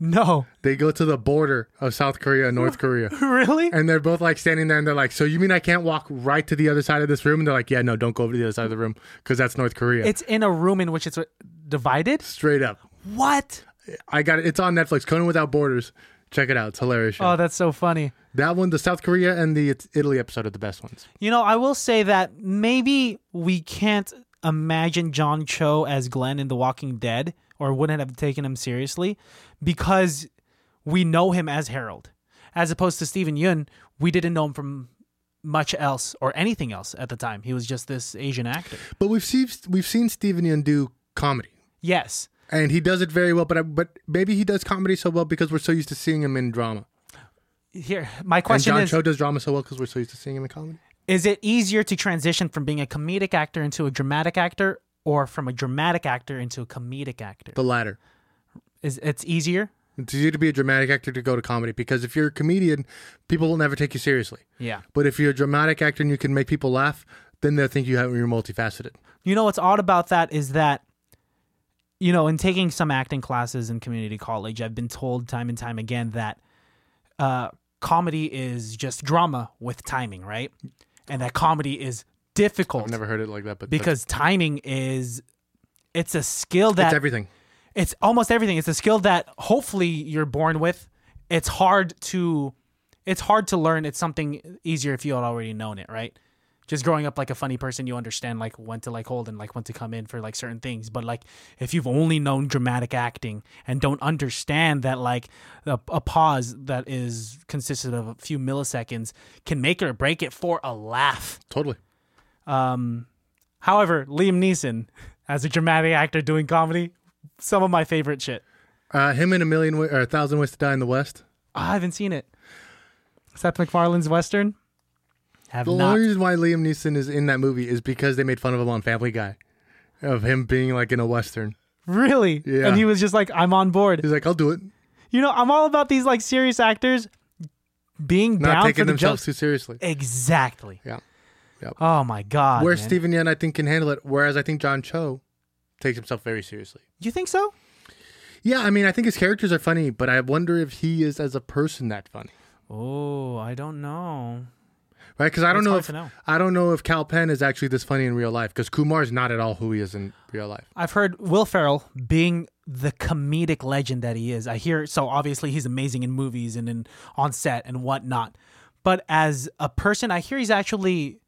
Speaker 3: No.
Speaker 2: They go to the border of South Korea and North Korea.
Speaker 3: Really?
Speaker 2: And they're both like standing there and they're like, So you mean I can't walk right to the other side of this room? And they're like, Yeah, no, don't go over to the other side of the room because that's North Korea.
Speaker 3: It's in a room in which it's uh, divided?
Speaker 2: Straight up.
Speaker 3: What?
Speaker 2: I got it. It's on Netflix, Conan Without Borders. Check it out. It's hilarious. show.
Speaker 3: Oh, that's so funny.
Speaker 2: that one, the South Korea and the It- Italy episode are the best ones.
Speaker 3: You know, I will say that maybe we can't imagine John Cho as Glenn in The Walking Dead or wouldn't have taken him seriously because we know him as Harold. As opposed to Steven Yeun, we didn't know him from much else or anything else at the time. He was just this Asian actor.
Speaker 2: But we've seen we've seen Steven Yeun do comedy.
Speaker 3: Yes.
Speaker 2: And he does it very well, but I, but maybe he does comedy so well because we're so used to seeing him in drama.
Speaker 3: Here, my
Speaker 2: And
Speaker 3: question
Speaker 2: John
Speaker 3: is
Speaker 2: Cho does drama so well because we're so used to seeing him in comedy.
Speaker 3: Is it easier to transition from being a comedic actor into a dramatic actor or from a dramatic actor into a comedic actor?
Speaker 2: The latter.
Speaker 3: Is It's easier?
Speaker 2: It's easier to be a dramatic actor to go to comedy because if you're a comedian, people will never take you seriously.
Speaker 3: Yeah.
Speaker 2: But if you're a dramatic actor and you can make people laugh, then they'll think you have you're multifaceted.
Speaker 3: You know what's odd about that is that you know, in taking some acting classes in community college, I've been told time and time again that uh, comedy is just drama with timing, right? And that comedy is difficult
Speaker 2: I've never heard it like that, but that's-
Speaker 3: because timing is it's a skill
Speaker 2: it's
Speaker 3: that
Speaker 2: everything.
Speaker 3: it's almost everything. It's a skill that hopefully you're born with. It's hard to it's hard to learn. It's something easier if you had already known it, right? Just growing up like a funny person, you understand like when to like hold and like when to come in for like certain things. But like if you've only known dramatic acting and don't understand that like a, a pause that is consisted of a few milliseconds can make or break it for a laugh.
Speaker 2: Totally.
Speaker 3: However, Liam Neeson as a dramatic actor doing comedy, some of my favorite shit.
Speaker 2: Uh, him and a million Wa- or a thousand ways to die in the West.
Speaker 3: Ah, I haven't seen it. Seth MacFarlane's Western? Have
Speaker 2: The
Speaker 3: not.
Speaker 2: only reason why Liam Neeson is in that movie is because they made fun of him on Family Guy, of him being like in a western.
Speaker 3: Really?
Speaker 2: Yeah.
Speaker 3: And he was just like, I'm on board.
Speaker 2: He's like, I'll do it,
Speaker 3: You know, I'm all about these like serious actors being
Speaker 2: not
Speaker 3: down for
Speaker 2: taking
Speaker 3: the
Speaker 2: themselves
Speaker 3: jokes.
Speaker 2: too seriously.
Speaker 3: Exactly.
Speaker 2: Yeah. Yep.
Speaker 3: Oh my God.
Speaker 2: Where
Speaker 3: man.
Speaker 2: Stephen Yen, I think, can handle it, whereas I think John Cho takes himself very seriously.
Speaker 3: You think so?
Speaker 2: Yeah, I mean, I think his characters are funny, but I wonder if he is as a person that funny,
Speaker 3: Oh, I don't know.
Speaker 2: right? Because I
Speaker 3: That's
Speaker 2: don't know
Speaker 3: hard
Speaker 2: if
Speaker 3: to know.
Speaker 2: I don't know if Cal Penn is actually this funny in real life. Because Kumar is not at all who he is in real life.
Speaker 3: I've heard Will Ferrell being the comedic legend that he is. I hear so obviously he's amazing in movies and in on set and whatnot. But as a person, I hear he's actually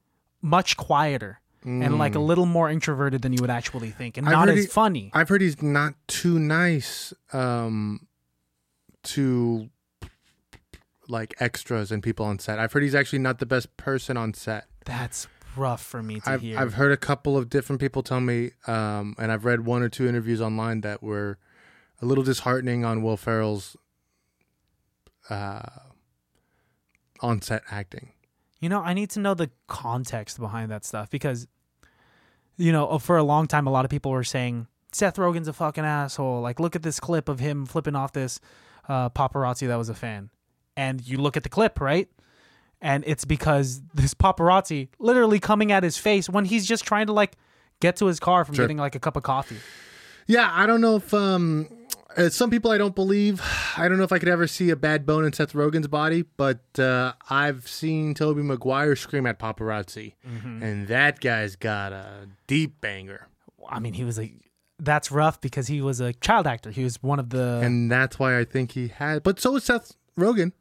Speaker 3: much quieter and like a little more introverted than you would actually think, and
Speaker 2: I've
Speaker 3: not
Speaker 2: Mm. heard
Speaker 3: as
Speaker 2: he-
Speaker 3: funny.
Speaker 2: I've heard he's not too nice um, to like extras and people on set. I've heard he's actually not the best person on set.
Speaker 3: That's rough for me to
Speaker 2: I've
Speaker 3: hear.
Speaker 2: I've heard a couple of different people tell me, um, and I've read one or two interviews online that were a little disheartening on Will Ferrell's uh, on set acting.
Speaker 3: You know, I need to know the context behind that stuff because, you know, uh, for a long time, a lot of people were saying Seth Rogen's a fucking asshole. Like, look at this clip of him flipping off this uh, paparazzi that was a fan, and you look at the clip, right? And it's because this paparazzi literally coming at his face when he's just trying to like get to his car from
Speaker 2: Sure.
Speaker 3: getting like a cup of coffee.
Speaker 2: Yeah, I don't know if um, uh, some people I don't believe. I don't know if I could ever see a bad bone in Seth Rogen's body, but uh, I've seen Toby Maguire scream at paparazzi, and that guy's got a deep banger,
Speaker 3: I mean, he was like, that's rough because he was a child actor. He was one of the
Speaker 2: and that's why I think he had. But so is Seth Rogen.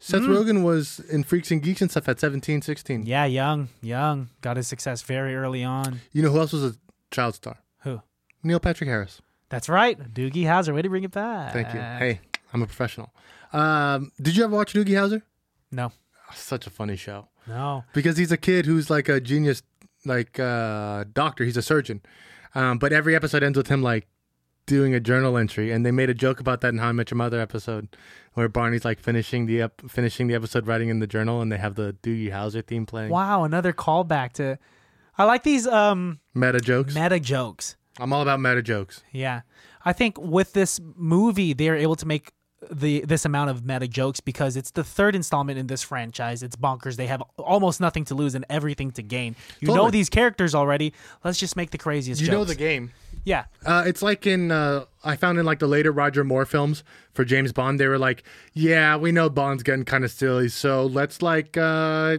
Speaker 2: Seth Rogen was in Freaks and Geeks and stuff at 17, 16.
Speaker 3: yeah, young, young, got his success very early on.
Speaker 2: You know who else was a child star?
Speaker 3: Who?
Speaker 2: Neil Patrick Harris.
Speaker 3: That's right. Doogie Howser. Way to bring it back.
Speaker 2: Thank you. Hey, I'm a professional. Um, did you ever watch Doogie Howser?
Speaker 3: No.
Speaker 2: Such a funny show.
Speaker 3: No.
Speaker 2: because he's a kid who's like a genius like uh doctor he's a surgeon um but every episode ends with him like doing a journal entry and they made a joke about that in how i met your mother episode where barney's like finishing the up finishing the episode writing in the journal and they have the doogie howser theme playing
Speaker 3: Wow, another callback to I like these um
Speaker 2: meta jokes
Speaker 3: meta jokes.
Speaker 2: i'm all about meta jokes
Speaker 3: Yeah. I think with this movie they are able to make the this amount of meta jokes because it's the third installment in this franchise. It's bonkers. They have almost nothing to lose and everything to gain. You know
Speaker 2: Totally.
Speaker 3: these characters already. Let's just make the craziest
Speaker 2: you
Speaker 3: jokes.
Speaker 2: know the game
Speaker 3: yeah.
Speaker 2: Uh, it's like in uh, I found in like the later Roger Moore films for James Bond, they were like, "Yeah, we know Bond's getting kind of silly, so let's like uh,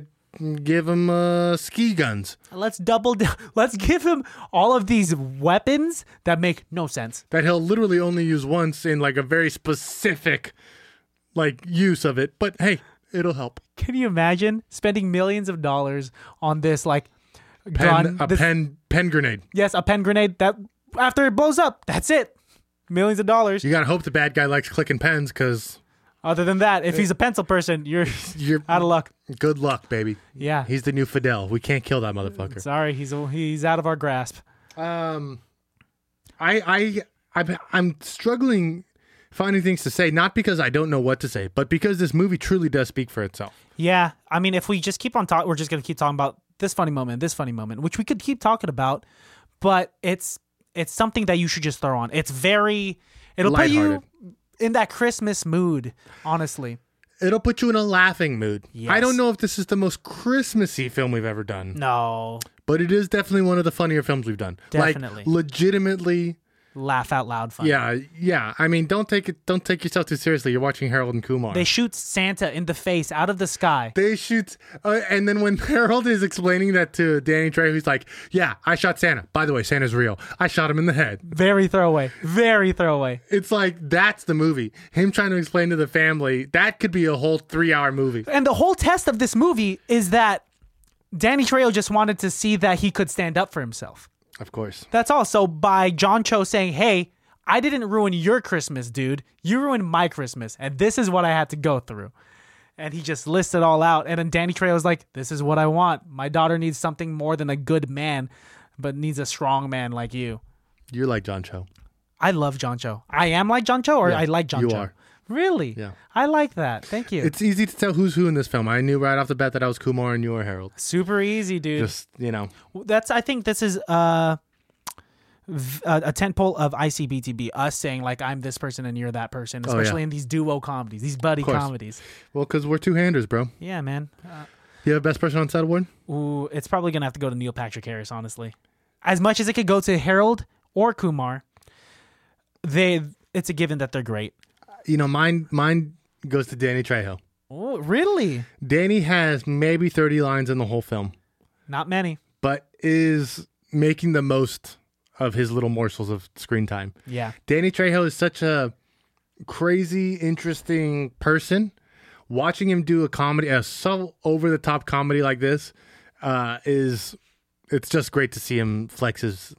Speaker 2: give him uh, ski guns."
Speaker 3: Let's double down. Let's give him all of these weapons that make no sense.
Speaker 2: that he'll literally only use once in like a very specific like use of it. But hey, it'll help.
Speaker 3: Can you imagine spending millions of dollars on this like gun?
Speaker 2: Pen, a
Speaker 3: this-
Speaker 2: pen pen grenade.
Speaker 3: Yes, a pen grenade. That after it blows up, that's it. Millions of dollars.
Speaker 2: You gotta hope the bad guy likes clicking pens because
Speaker 3: Other than that, if he's a pencil person, you're
Speaker 2: you're
Speaker 3: out of luck.
Speaker 2: good luck, baby.
Speaker 3: Yeah.
Speaker 2: He's the new Fidel. We can't kill that motherfucker.
Speaker 3: Sorry, he's he's out of our grasp.
Speaker 2: Um, I I I'm, I'm struggling finding things to say, not because I don't know what to say, but because this movie truly does speak for itself.
Speaker 3: Yeah, I mean, if we just keep on talking, we're just gonna keep talking about this funny moment, this funny moment, which we could keep talking about, but it's it's something that you should just throw on. It's very, it'll put you in that Christmas mood. Honestly,
Speaker 2: It'll put you in a laughing mood. I
Speaker 3: Yes.
Speaker 2: don't know if this is the most Christmassy film we've ever done.
Speaker 3: no,
Speaker 2: but it is definitely one of the funnier films we've done.
Speaker 3: Definitely.
Speaker 2: like, legitimately
Speaker 3: laugh out loud fun.
Speaker 2: Yeah, yeah. I mean, don't take it. Don't take yourself too seriously. You're watching Harold and Kumar.
Speaker 3: They shoot Santa in the face out of the sky.
Speaker 2: They shoot, uh, and then when Harold is explaining that to Danny Trejo, he's like, "Yeah, I shot Santa. By the way, Santa's real. I shot him in the head."
Speaker 3: Very throwaway. Very throwaway.
Speaker 2: It's like that's the movie. Him trying to explain to the family that could be a whole three-hour movie.
Speaker 3: And the whole test of this movie is that Danny Trejo just wanted to see that he could stand up for himself.
Speaker 2: Of course.
Speaker 3: That's all. So by John Cho saying, "Hey, I didn't ruin your Christmas, dude. You ruined my Christmas, and this is what I had to go through." And he just lists it all out. And then Danny Trejo's like, "This is what I want. My daughter needs something more than a good man, but needs a strong man like you."
Speaker 2: You're like John Cho.
Speaker 3: I love John Cho. I am like John Cho, or I like John
Speaker 2: you
Speaker 3: Cho.
Speaker 2: are.
Speaker 3: Really?
Speaker 2: Yeah.
Speaker 3: I like that. Thank you.
Speaker 2: It's easy to tell who's who in this film. I knew right off the bat that I was Kumar and you were Harold.
Speaker 3: Super easy, dude.
Speaker 2: Just you know,
Speaker 3: that's I think this is uh, v- uh, a a tentpole of ICBTB us saying like I'm this person and you're that person,
Speaker 2: Oh, yeah.
Speaker 3: especially in these duo comedies, these buddy
Speaker 2: course.
Speaker 3: comedies.
Speaker 2: well, because we're two-handers, bro.
Speaker 3: Yeah, man.
Speaker 2: You have best person on set award.
Speaker 3: Ooh, it's probably gonna have to go to Neil Patrick Harris, honestly. As much as it could go to Harold or Kumar, they it's a given that they're great.
Speaker 2: You know, mine mine goes to Danny Trejo.
Speaker 3: Oh, really?
Speaker 2: Danny has maybe 30 lines in the whole film,
Speaker 3: Not many.
Speaker 2: but is making the most of his little morsels of screen time.
Speaker 3: Yeah.
Speaker 2: Danny Trejo is such a crazy, interesting person. Watching him do a comedy, a so over the top comedy like this, uh, is it's just great to see him flex his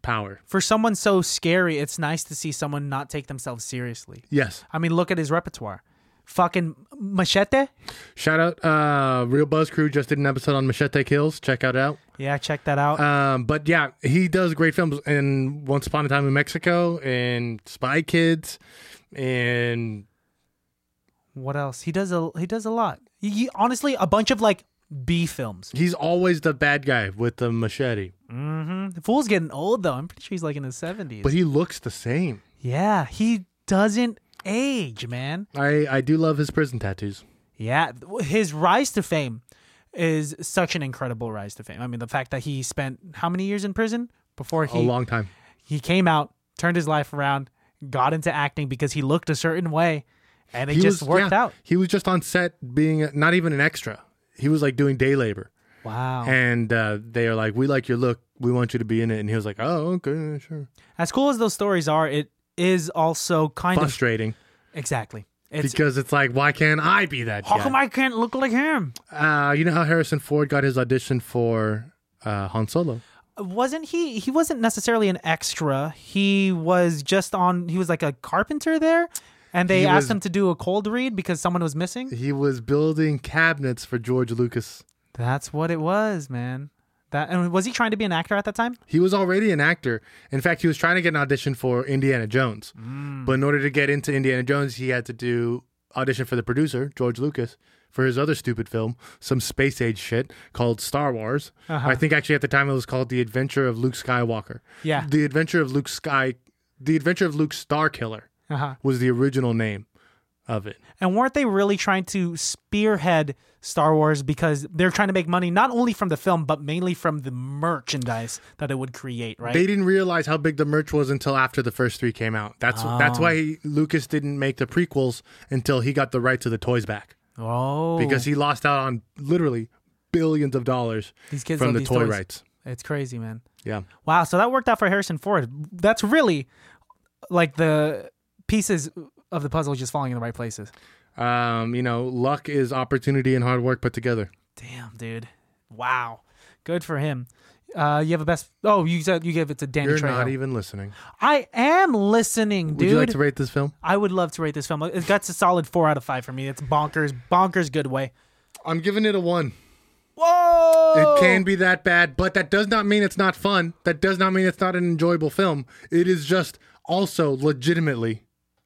Speaker 2: power.
Speaker 3: For someone so scary, it's nice to see someone not take themselves seriously.
Speaker 2: Yes.
Speaker 3: I mean, look at his repertoire. Fucking machete.
Speaker 2: Shout out uh, Real Buzz Crew just did an episode on Machete Kills. Check it out.
Speaker 3: Yeah, check that out.
Speaker 2: Um, but yeah, he does great films in Once Upon a Time in Mexico and Spy Kids and
Speaker 3: what else? He does a he does a lot. He, he- honestly, a bunch of like B films.
Speaker 2: he's always the bad guy with the machete.
Speaker 3: The fool's getting old though. I'm pretty sure he's like in his seventies.
Speaker 2: Mm-hmm. But he looks the same.
Speaker 3: yeah, he doesn't age, man.
Speaker 2: I, I do love his prison tattoos.
Speaker 3: Yeah, his rise to fame is such an incredible rise to fame. I mean, the fact that he spent how many years in prison before
Speaker 2: A
Speaker 3: he
Speaker 2: long time.
Speaker 3: he came out, turned his life around, got into acting because he looked a certain way, and it
Speaker 2: He
Speaker 3: just
Speaker 2: was-
Speaker 3: worked
Speaker 2: yeah,
Speaker 3: out.
Speaker 2: He was just on set being not even an extra. He was like doing day labor.
Speaker 3: Wow.
Speaker 2: And uh, they are like, We like your look. We want you to be in it. And he was like, Oh, okay, sure.
Speaker 3: as cool as those stories are, it is also kind of
Speaker 2: Frustrating.
Speaker 3: Exactly. It's
Speaker 2: Because it's like, why can't I be that
Speaker 3: how
Speaker 2: guy?
Speaker 3: come I can't look like him?
Speaker 2: Uh, you know how Harrison Ford got his audition for uh, Han Solo?
Speaker 3: Wasn't he? He wasn't necessarily an extra. He was just on. He was like a carpenter there, and they
Speaker 2: He
Speaker 3: asked
Speaker 2: was-
Speaker 3: him to do a cold read because someone was missing.
Speaker 2: He was building cabinets for George Lucas.
Speaker 3: That's what it was, man. That and was he trying to be an actor at that time?
Speaker 2: He was already an actor. In fact, he was trying to get an audition for Indiana Jones. But in order to get into Indiana Jones, he had to do audition for the producer, George Lucas, for his other stupid film, some space age shit called Star Wars. I think actually at the time it was called The Adventure of Luke Skywalker.
Speaker 3: Yeah.
Speaker 2: The Adventure of Luke Sky The Adventure of Luke Starkiller
Speaker 3: Uh-huh.
Speaker 2: was the original name of it.
Speaker 3: And weren't they really trying to spearhead Star Wars because they're trying to make money not only from the film but mainly from the merchandise that it would create, right?
Speaker 2: They didn't realize how big the merch was until after the first three came out. That's that's why
Speaker 3: Oh.
Speaker 2: he, Lucas didn't make the prequels until he got the rights of the toys back
Speaker 3: oh,
Speaker 2: because he lost out on literally billions of dollars
Speaker 3: These kids
Speaker 2: from
Speaker 3: love
Speaker 2: the
Speaker 3: these
Speaker 2: toy
Speaker 3: toys.
Speaker 2: rights.
Speaker 3: it's crazy, man.
Speaker 2: Yeah,
Speaker 3: Wow, so that worked out for Harrison Ford. That's really like the pieces of the puzzle just falling in the right places.
Speaker 2: um, you know, luck is opportunity and hard work put together.
Speaker 3: Damn, dude. Wow. Good for him. Uh, you have a best. Oh, you said you gave it to Danny
Speaker 2: You're
Speaker 3: Trejo.
Speaker 2: not even listening.
Speaker 3: I am listening,
Speaker 2: Would
Speaker 3: dude.
Speaker 2: you like to rate this film?
Speaker 3: I would love to rate this film. It got a solid four out of five for me. It's bonkers, bonkers, good way.
Speaker 2: I'm giving it a one.
Speaker 3: Whoa!
Speaker 2: It can be that bad, but that does not mean it's not fun. That does not mean it's not an enjoyable film. It is just also legitimately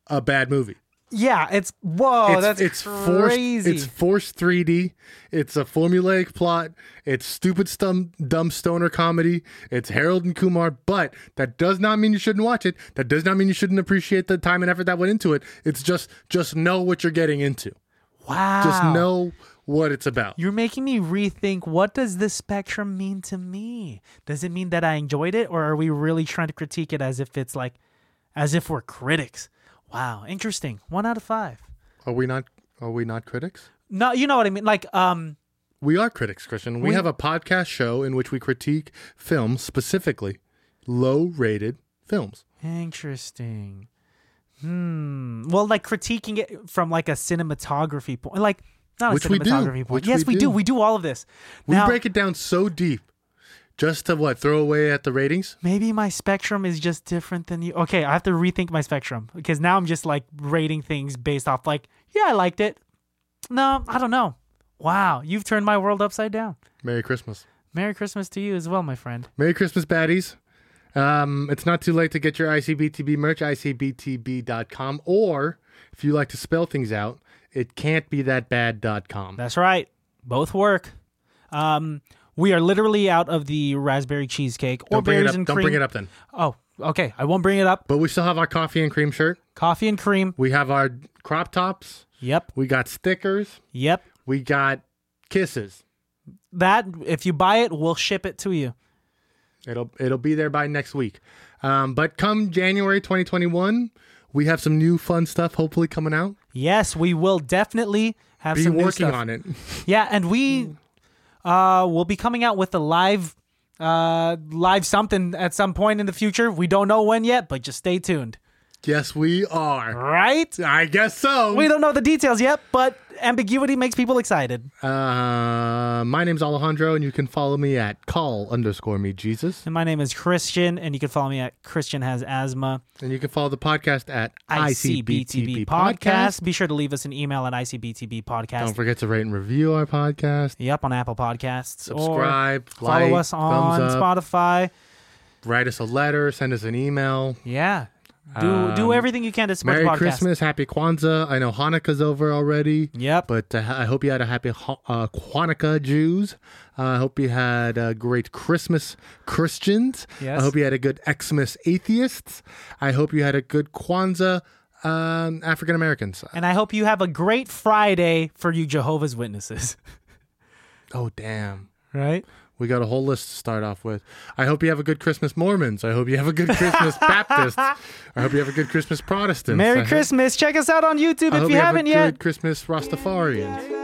Speaker 2: a bad movie.
Speaker 3: Yeah, it's whoa.
Speaker 2: it's,
Speaker 3: Oh, that's
Speaker 2: it's
Speaker 3: crazy.
Speaker 2: Forced, it's forced 3D. It's a formulaic plot. It's stupid, stum, dumb stoner comedy. It's Harold and Kumar, but that does not mean you shouldn't watch it. That does not mean you shouldn't appreciate the time and effort that went into it. It's just just know what you're getting into.
Speaker 3: wow.
Speaker 2: Just know what it's about.
Speaker 3: You're making me rethink what does this spectrum mean to me? Does it mean that I enjoyed it or are we really trying to critique it as if it's like as if we're critics? Wow, interesting. 1 out of 5.
Speaker 2: Are we not? Are we not critics?
Speaker 3: No, you know what I mean? Like um
Speaker 2: We are critics, Christian. We,
Speaker 3: We-
Speaker 2: have a podcast show in which we critique films specifically low-rated films.
Speaker 3: interesting. Hmm. Well, like critiquing it from like a cinematography point. Like not
Speaker 2: Which
Speaker 3: a
Speaker 2: we do.
Speaker 3: cinematography point.
Speaker 2: Which
Speaker 3: yes,
Speaker 2: we
Speaker 3: we do.
Speaker 2: do.
Speaker 3: We do all of this.
Speaker 2: We
Speaker 3: now,
Speaker 2: break it down so deep, just to what throw away at the ratings.
Speaker 3: maybe my spectrum is just different than you. Okay, I have to rethink my spectrum because now I'm just like rating things based off like, yeah, I liked it. No, I don't know. Wow, you've turned my world upside down.
Speaker 2: Merry Christmas.
Speaker 3: Merry Christmas to you as well, my friend.
Speaker 2: Merry Christmas, baddies. Um, it's not too late to get your ICBTB merch, icbtb.com, or if you like to spell things out, it can't be that bad.com.
Speaker 3: That's right. Both work. Um, we are literally out of the raspberry cheesecake or
Speaker 2: Don't bring it
Speaker 3: berries
Speaker 2: up.
Speaker 3: and
Speaker 2: Don't
Speaker 3: cream.
Speaker 2: bring it up then.
Speaker 3: Oh, okay. I won't bring it up.
Speaker 2: But we still have our coffee and cream shirt.
Speaker 3: Coffee and cream.
Speaker 2: We have our crop tops.
Speaker 3: Yep.
Speaker 2: We got stickers.
Speaker 3: Yep.
Speaker 2: We got kisses.
Speaker 3: That if you buy it, we'll ship it to you.
Speaker 2: It'll it'll be there by next week. Um, but come January 2021, we have some new fun stuff hopefully coming out.
Speaker 3: Yes, we will definitely have
Speaker 2: Be
Speaker 3: some new
Speaker 2: working
Speaker 3: stuff.
Speaker 2: on it.
Speaker 3: Yeah, and we uh will be coming out with a live uh live something at some point in the future. We don't know when yet, but just stay tuned.
Speaker 2: yes, we are.
Speaker 3: Right?
Speaker 2: I guess so.
Speaker 3: We don't know the details yet, but ambiguity makes people excited.
Speaker 2: Uh, my name's Alejandro, and you can follow me at call underscore me Jesus,
Speaker 3: And my name is Christian, and you can follow me at Christian Has Asthma.
Speaker 2: and you can follow the podcast at
Speaker 3: ICBTB
Speaker 2: ICBTB
Speaker 3: Podcast. Be sure to leave us an email at ICBTB
Speaker 2: Don't
Speaker 3: Podcast.
Speaker 2: forget to rate and review our podcast.
Speaker 3: Yep, on Apple Podcasts.
Speaker 2: Subscribe,
Speaker 3: Or follow
Speaker 2: like,
Speaker 3: us on
Speaker 2: thumbs up,
Speaker 3: Spotify.
Speaker 2: write us a letter, send us an email.
Speaker 3: Yeah. Do do everything you can to support
Speaker 2: Um, Merry
Speaker 3: the podcast.
Speaker 2: Christmas, Happy Kwanzaa. I know Hanukkah's over already.
Speaker 3: Yep.
Speaker 2: But uh, I hope you had a happy Ho- uh, Hanukkah, Jews. Uh, I hope you had a great Christmas, Christians.
Speaker 3: Yes.
Speaker 2: I hope you had a good Xmas, atheists. I hope you had a good Kwanzaa, um, African Americans.
Speaker 3: And I hope you have a great Friday for you Jehovah's Witnesses.
Speaker 2: Oh, damn.
Speaker 3: Right?
Speaker 2: We got a whole list to start off with. I hope you have a good Christmas, Mormons. I hope you have a good Christmas, Baptists. I hope you have a good Christmas, Protestants. I
Speaker 3: Merry
Speaker 2: hope-
Speaker 3: Christmas. Check us out on YouTube
Speaker 2: I
Speaker 3: if
Speaker 2: hope
Speaker 3: you
Speaker 2: have
Speaker 3: haven't
Speaker 2: a
Speaker 3: yet.
Speaker 2: good Christmas, Rastafarians.